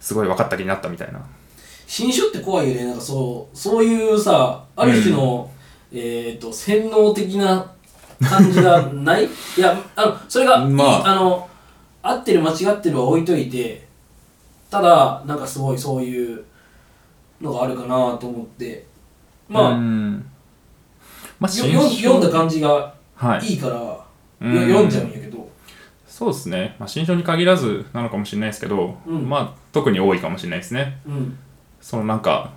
A: すごい分かった気になったみたいな
B: 新書って怖いよねなんかそうそういうさある種の、えっ、と洗脳的な感じがない いやあのそれがいい、
A: まあ
B: あ、の合ってる間違ってるは置いといてただなんかすごいそういうのがあるかなと思ってまあ、
A: う
B: よ
A: んまあ
B: 読ん読んだ感じが
A: はい
B: いいから、
A: うん
B: よ読んじゃうんやけど
A: そうですね、まあ、新書に限らずなのかもしれないですけど、
B: うん
A: まあ特に多いかもしれないですね
B: うん
A: そのなんか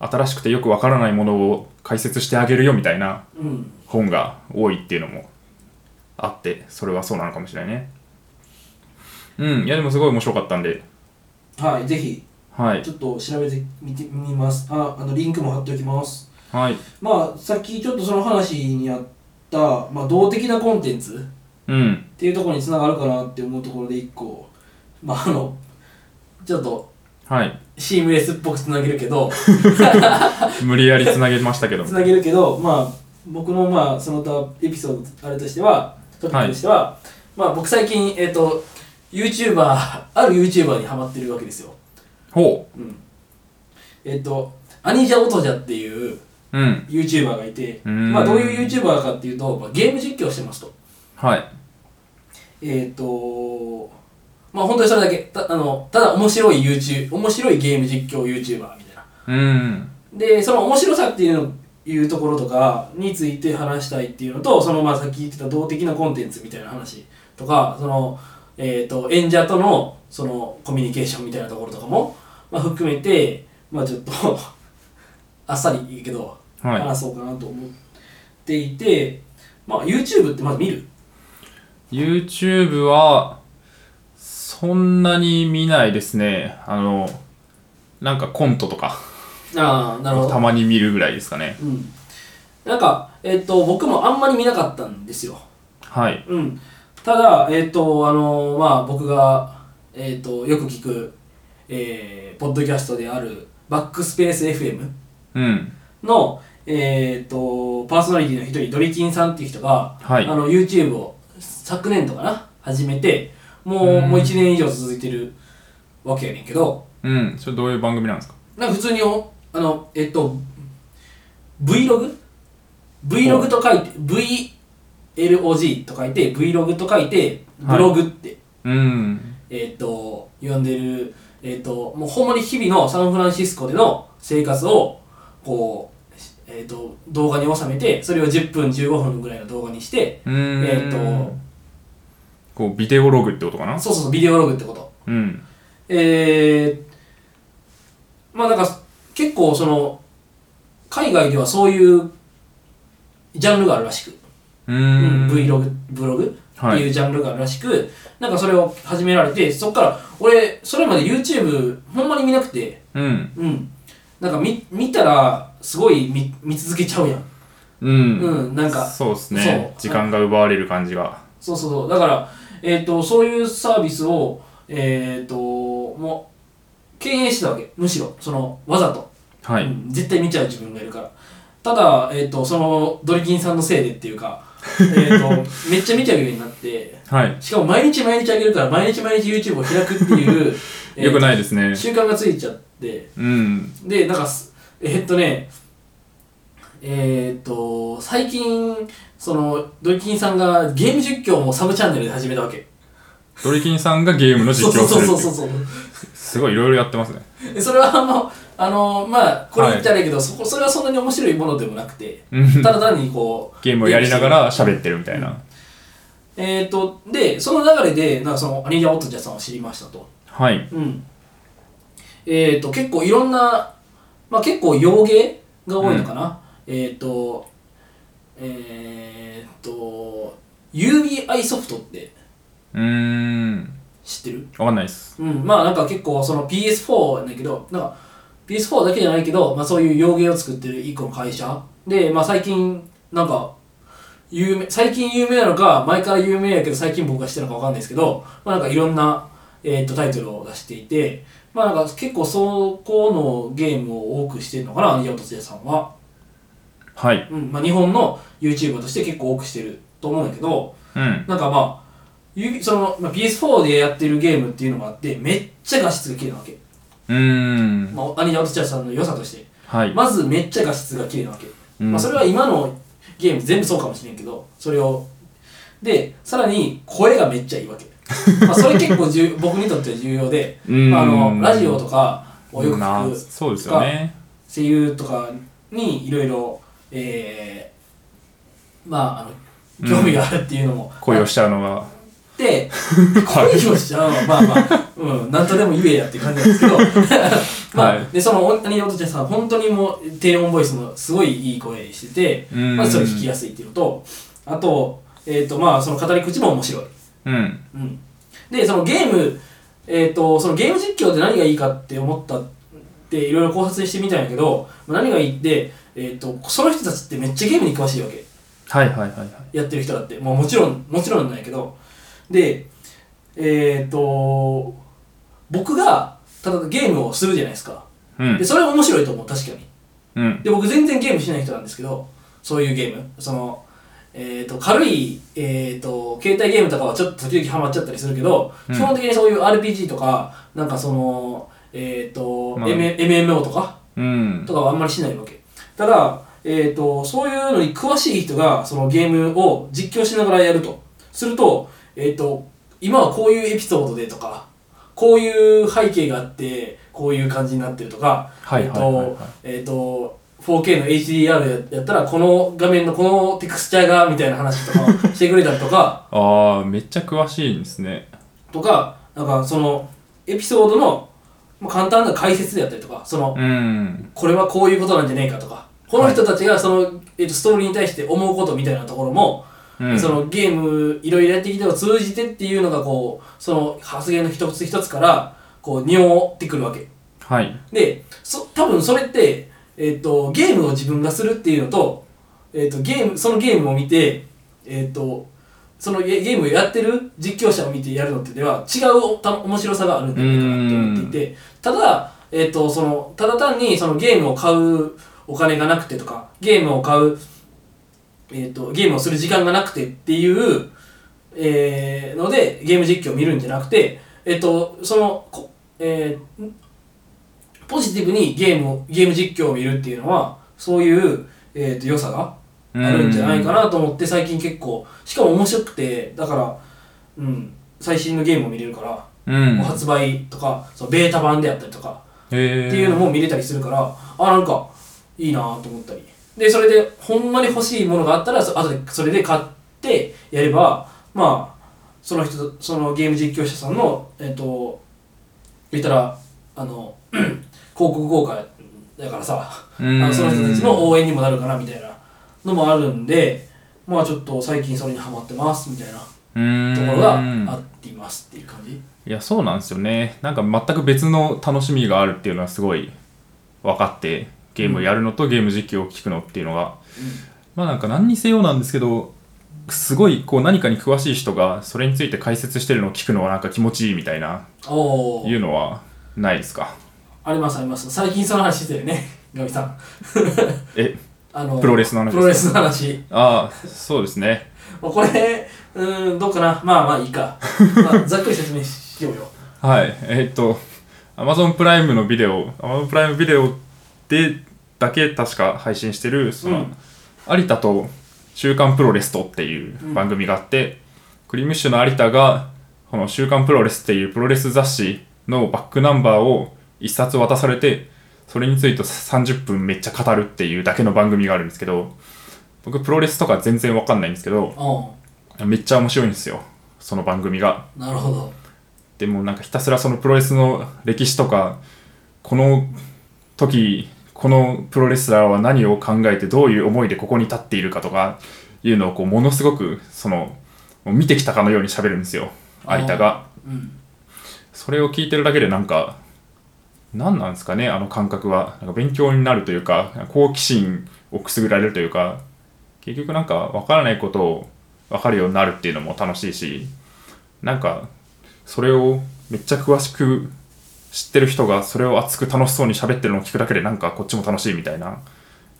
A: 新しくてよくわからないものを解説してあげるよみたいな
B: うん
A: 本が多いっていうのもあってそれはそうなのかもしれないねうんいやでもすごい面白かったんで
B: はいぜひ
A: はい
B: ちょっと調べてみてみますああのリンクも貼っておきます
A: はい
B: まあさっきちょっとその話にあった、まあ、動的なコンテンツ
A: うん
B: っていうところにつながるかなって思うところで一個まああのちょっと
A: はい
B: シームレスっぽくつなげる けど
A: 無理やりつなげましたけど
B: つなげるけどまあ僕のまあその他エピソードあれとしてはトピックとしては、まあ僕最近えっ、と YouTuber ある YouTuber にハマってるわけですよ、
A: ほ
B: うん、えっ、とアニジャオトジャっていう
A: ううん
B: YouTuber がいて
A: うーん
B: まあどういう YouTuber かっていうと、まあ、ゲーム実況してますと
A: はい
B: えっ、ー、とまあ本当にそれだけたあのただ面白い YouTube 面白いゲーム実況 YouTuber みたいな
A: うん
B: でその面白さっていうのいうところとかについて話したいっていうのとそのまあさっき言ってた動的なコンテンツみたいな話とかその、えー、と演者とのそのコミュニケーションみたいなところとかも、まあ、含めて、まあ、ちょっと あっさりいいけど
A: は
B: 話そうかなと思っていて、まあ、YouTube ってまず見る
A: い。YouTube は、そんなに見ないですね。あの、なんかコントとか、
B: ああなるほ
A: た
B: ど、
A: まに見るぐらいですかね。
B: うん、なんか、えっと僕もあんまり見なかったんですよ
A: はい。
B: うん、ただ、えっとあのまあ、僕が、えっとよく聞く、えーポッドキャストであるバックスペース FM
A: うん。
B: の、えっとパーソナリティの一人ドリキンさんっていう人が、
A: はい
B: あの YouTube を昨年とかな始めてもう,、
A: うん
B: もう1年以上続いてるわけやねんけど
A: うん。それどういう番組なんですか
B: なんか普通におあの、えっと Vlog?Vlog と書いて VLOG と書いて Vlog と書いてブログって、
A: うん。
B: えっと呼んでる、えっともうほんまに日々のサンフランシスコでの生活をこう、しえっと動画に収めてそれを10分15分ぐらいの動画にして
A: うん。
B: えーと、
A: こう、ビデオログってことかな
B: そうそうそうビデオログってこと
A: うん。
B: えー、まあなんか結構その海外ではそういうジャンルがあるらしく、
A: う。
B: うん Vlog ブログっていうジャンルがあるらしく、なんかそれを始められてそっから俺それまで YouTube ほんまに見なくて
A: うん。
B: うん、なんか見見たらすごい見見続けちゃうやん、
A: う
B: うん
A: ん。
B: なんか
A: そうです
B: そう
A: ね。時間が奪われる感じが。
B: そうそうそうだから、えー、とそういうサービスを、えー、ともう敬遠してたわけむしろそのわざと、
A: は
B: う
A: い。
B: ん絶対見ちゃう自分がいるからただ、えー、とそのドリキンさんのせいでってい うか、えー、とめっちゃ見ちゃうようになって
A: はい。
B: しかも毎日毎日あげるから毎日毎日 YouTube を開くっ ていう、えーと
A: よくないですね。
B: 習慣がついちゃって
A: うん。
B: でなんかすえーっとねえーっと最近そのドリキンさんがゲーム実況もサブチャンネルで始めたわけ
A: ドリキンさんがゲームの
B: そう
A: 実
B: そ
A: 況
B: う
A: をする
B: そ
A: っていう
B: そうそう
A: すごいいろいろやってますね。
B: でそれはあんまあのまあこれ言ったらいいけど、そこそれはそんなに面白いものでもなくて
A: うん
B: ただ単にこう
A: ゲームをやりながら喋ってるみたいな。
B: えーっとでその流れでなんかそのアニジャ・オットジャさんを知りましたと
A: はい。
B: うんえーっと結構いろんなまあ結構洋芸が多いのかな、えーっとえーっと UBI ソフトって
A: うーん。
B: 知ってる
A: わかんないです。
B: うんまあなんか結構その PS4 なんだけどなんか PS4 だけじゃないけど、まあ、そういう洋芸を作ってる一個の会社で、まあ、最近なんか有名最近有名なのか前から有名やけど最近僕がしてるのかわかんないですけど、まあ、なんかいろんな、えー、とタイトルを出していて、まあ、なんか結構そこのゲームを多くしてるのかな宮本哲也さんは、
A: はい。
B: うんまあ、日本の YouTuber として結構多くしてると思うんだけど
A: うん。
B: なんかまあゆその、まあ、PS4 でやってるゲームっていうのがあってめっちゃ画質が綺麗なわけ
A: うーん。
B: まあ、アニメ・アウトチャーさんの良さとして
A: はい。
B: まずめっちゃ画質が綺麗なわけ、
A: うん
B: まあ、それは今のゲーム全部そうかもしれんけどそれをでさらに声がめっちゃいいわ けまあそれ結構重僕にとっては重要で、
A: うん
B: まあ、あのラジオとかをよく
A: な
B: 聞く
A: そうですよね。
B: 声優とかにいろいろえーまああの興味があるっていうのも
A: 恋をしちゃうのが。
B: で恋をしちゃうのはまあまあ、うん、なんとでも言えやって感じなんですけ どま
A: は
B: あ、
A: い
B: でそのオニオトちゃんさん本当にもう低音ボイスのすごいいい声してて、
A: うん
B: まあ、それ聞きやすいっていうのとあと,、えー、とまあその語り口も面白い、
A: うん。
B: うん、でそのゲーム、えー、とそのゲーム実況で何がいいかって思ったっていろいろ考察してみたんやけどまあ何がいいって、えー、とその人たちってめっちゃゲームに詳しいわけ
A: はいはいはいはい。
B: やってる人だって、まあ、もちろんもちろんなんやけどでえっ、と僕がただゲームをするじゃないですか
A: う
B: で
A: ん。
B: それは面白いと思う確かに
A: うん。
B: で僕全然ゲームしない人なんですけどそういうゲームそのえー、と軽い、えー、と携帯ゲームとかはちょっと時々ハマっちゃったりするけど、
A: うん
B: 基本的にそういう RPG とかなんかその、えーと
A: まあ
B: M- MMO とか
A: うん
B: と。かはあんまりしないわけただ、えー、とそういうのに詳しい人がそのゲームを実況しながらやるとすると,、えー、と今はこういうエピソードでとかこういう背景があってこういう感じになってるとか
A: はいはいはいはい
B: えっ、と,、えー、と 4K の HDR やったらこの画面のこのテクスチャーがみたいな話とか してくれたりとか
A: ああめっちゃ詳しいんですね
B: とかなんかそのエピソードのまあ簡単な解説であったりとかその
A: うん
B: これはこういうことなんじゃねえかとかこの人たちがその、えっとストーリーに対して思うことみたいなところも、
A: うん
B: そのゲームいろいろやってきてを通じてっていうのがこうその発言の一つ一つからこう匂ってくるわけ
A: はい
B: でそ多分それって、えっとゲームを自分がするっていうのと,、えっとゲームそのゲームを見て、えっとそのゲゲームをやってる実況者を見てやるのってでは違うた面白さがあるんじゃないかなと思っていてただ,、えっとそのただ単にそのゲームを買うお金がなくてとかゲームを買う、えっとゲームをする時間がなくてっていう、えーのでゲーム実況を見るんじゃなくて、えっとそのこえーポジティブにゲームをゲーム実況を見るっていうのはそういう、えー、と良さがあるんじゃないかなと思って最近結構しかも面白くてだから、うん、最新のゲームを見れるから、
A: うん
B: 発売とかそのベータ版であったりとか
A: へえ
B: っていうのも見れたりするから、あなんかいいなと思ったりでそれでほんまに欲しいものがあったらそ後でそれで買ってやればまあその人そのゲーム実況者さんのえっ、と言ったらあの 広告効果だからさ
A: うん
B: あのその人たちの応援にもなるかなみたいなのもあるんでまあちょっと最近それにハマってますみたいなと
A: うん
B: ころがあっていますっていう感じ
A: いやそうなんですよねなんか全く別の楽しみがあるっていうのはすごい分かってゲームをやるのとゲーム実況を聞くのっていうのが、まあなんか何にせよなんですけどすごいこう何かに詳しい人がそれについて解説してるのを聞くのはなんか気持ちいいみたいな
B: おお
A: いうのはないですか
B: ありますあります最近その話してたよね ガミさん
A: え
B: あの
A: プロレスの話
B: プロレスの話
A: ああそうですね
B: まあこれうーんどうかなまあまあいいか、まあ、ざっくり説明しようよ
A: はいえーっと Amazon プライムのビデオ Amazon プライムビデオでだけ確か配信してるその、有田と「週刊プロレスと」っていう番組があって、クリームシチューの有田がこの「週刊プロレス」っていうプロレス雑誌のバックナンバーを一冊渡されてそれについて30分めっちゃ語るっていうだけの番組があるんですけど僕プロレスとか全然わかんないんですけど
B: う
A: めっちゃ面白いんですよその番組が。
B: んなるほど
A: でもうなんかひたすらそのプロレスの歴史とかこの時このプロレスラーは何を考えてどういう思いでここに立っているかとかいうのをこうものすごくそのもう見てきたかのように喋るんですよ
B: あー
A: 有田が
B: うん
A: それを聞いてるだけでなんか何なんですかねあの感覚はなんか勉強になるというか好奇心をくすぐられるというか結局なんか分からないことを分かるようになるっていうのも楽しいしなんかそれをめっちゃ詳しく知ってる人がそれを熱く楽しそうに喋ってるのを聞くだけでなんかこっちも楽しいみたいな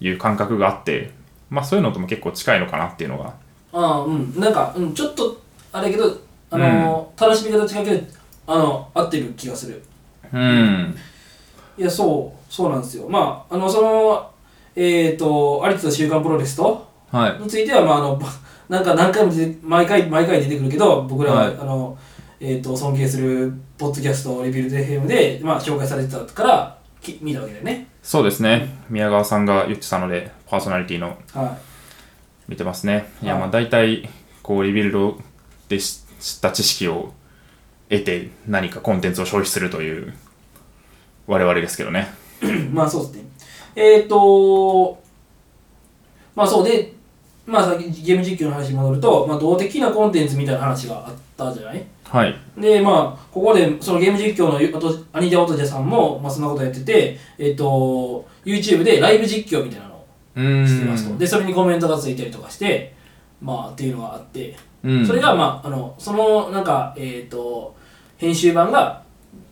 A: いう感覚があってまあそういうのとも結構近いのかなっていうのが
B: ああうんなんか、うん、ちょっとあれやけどあのー、楽しみ方違うけどあの合ってる気がする
A: うん
B: いや、そう、そうなんですよ。まあ、あの、その、えっ、ー、と、有田と週刊プロレスと、
A: はい
B: については、まあ、あの、 ばなんか何回も出て、毎回、毎回出てくるけど、僕らは、
A: はい
B: あの、えっ、と、尊敬する、ポッドキャスト、レビルド FM で、まあ、紹介されてたから、き見たわけだよね。
A: そうですね宮川さんが言ってたのでパーソナリティの
B: は
A: 見てますね。いや、
B: はい
A: まあ大体、こう、リビルドでし知った知識を得て、何かコンテンツを消費するという、我々ですけどね。
B: い。 まあ、そうですね。えっ、ー、と、まあ、そうで、まあ、さっきゲーム実況の話に戻ると、まあ、動的なコンテンツみたいな話があったじゃない
A: はい。
B: でまあここでそのゲーム実況のゆあとアニジャオトジャさんも、まあ、そんなことやってて、えっと YouTube でライブ実況みたいなのを
A: うーん。
B: してますとでそれにコメントがついたりとかしてまあっていうのがあって
A: うん。
B: それがまああのそのなんかえっ、と編集版が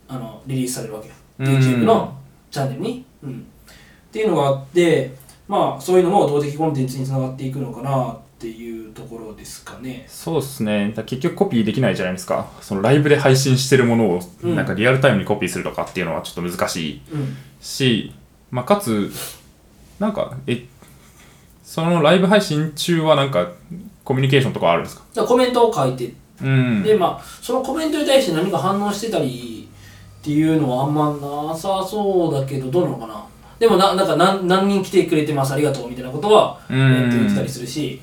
B: あのリリースされるわけよ
A: うん
B: YouTube のチャンネルに、うん、っていうのがあってまあそういうのも動的コンテンツにつながっていくのかなっていうところですかね
A: そうですね。だ結局コピーできないじゃないですか。そのライブで配信してるものを、
B: うん
A: なんかリアルタイムにコピーするとかっていうのはちょっと難しい
B: うん
A: し、まあ、かつ、なんか、え、そのライブ配信中はなんか、コミュニケーションとかあるんですか
B: だからコメントを書いて
A: うん。
B: でまあそのコメントに対して何か反応してたりっていうのはあんまなさそうだけどどうなのかなでもななんか何何人来てくれてますありがとうみたいなことは、
A: う
B: えー
A: ん
B: っと言ってたりするし、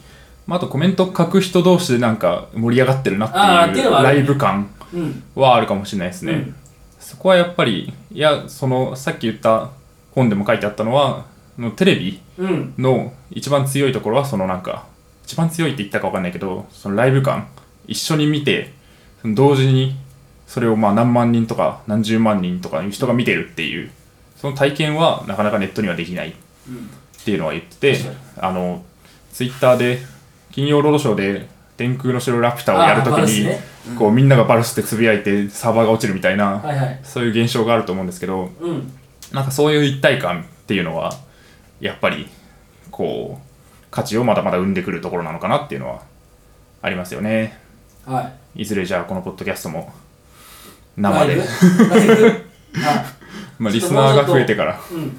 A: まあ、あとコメント書く人同士でなんか盛り上がってるな
B: あ
A: って
B: ーって
A: い
B: いううのはあ
A: ラ
B: る
A: イブ感
B: うん
A: はあるかもしれないですね、
B: うん
A: そこはやっぱりいやそのさっき言った本でも書いてあったのはあのテレビ
B: うん
A: の一番強いところはそのなんか一番強いって言ったか分かんないけどそのライブ感一緒に見てその同時にそれをまあ何万人とか何十万人とかいう人が見てるっていうその体験はなかなかネットにはできないっていうのは言ってて
B: 確かに
A: あのツイッターで金曜ロードショーで天空の城ラピュタをやるとき
B: あーバルス
A: に
B: ね
A: こうみんながバルスってつぶやいてサーバーが落ちるみたいな
B: はいはい
A: そういう現象があると思うんですけど
B: うん
A: なんかそういう一体感っていうのはやっぱりこう価値をまだまだ生んでくるところなのかなっていうのはありますよね
B: はい
A: いずれじゃあこのポッドキャストも生で、
B: ライブライブはい
A: まあ、リスナーが増えてから
B: うん、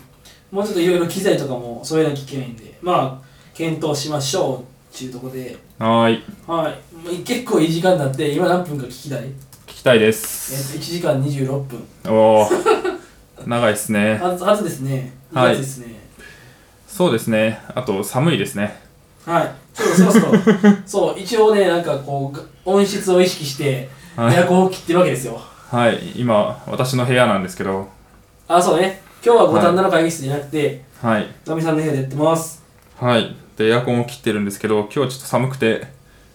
B: もうちょっといろいろ機材とかも揃えなきゃいけないんで、まあ、検討しましょうっていうところで、
A: はーい
B: はい、もう結構いい時間になって、今何分か聞きたい、えっ
A: 聞きたいで
B: と、
A: す
B: 1時間26分。
A: おお長いですね
B: はずはずですね。
A: はい
B: いいやつですね。
A: そうですねあと寒いですね
B: はい。ちょっとそろそろ、そう、一応ね、なんかこうが、音質を意識して、
A: はい
B: エアコンを切ってるわけですよ。
A: はい今私の部屋なんですけど
B: あ、そうね。今日は五反田の会議室じゃなくて、
A: はい
B: ナミさんの部屋でやってます。
A: はい。で、エアコンを切ってるんですけど、今日はちょっと寒くて、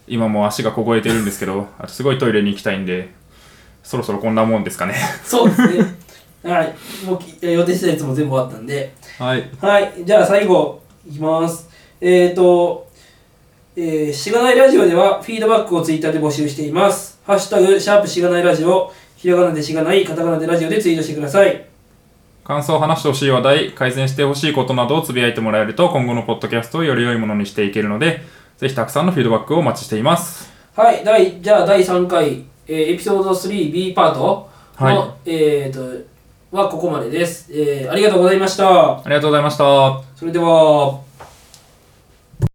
A: 今もう足が凍えてるんですけど、 あとすごいトイレに行きたいんで、そろそろこんなもんですかね。
B: そうですね。 はい。もうき予定してたやつも全部終わったんで、
A: はい。
B: はい、じゃあ最後いきます。えっ、ー、と、えーしがないラジオではフィードバックをツイッターで募集しています。ハッシュタグ、シャープしがないラジオ、ひらがなでしがない、カタカナでラジオでツイートしてください。
A: 感想を話してほしい話題、改善してほしいことなどをつぶやいてもらえると、今後のポッドキャストをより良いものにしていけるので、ぜひたくさんのフィードバックをお待ちしています。
B: はい、第じゃあ第3回、えーエピソード 3B パートの、
A: は
B: えー、とはここまでです、えーありがとうございました。
A: ありがとうございました。
B: それでは。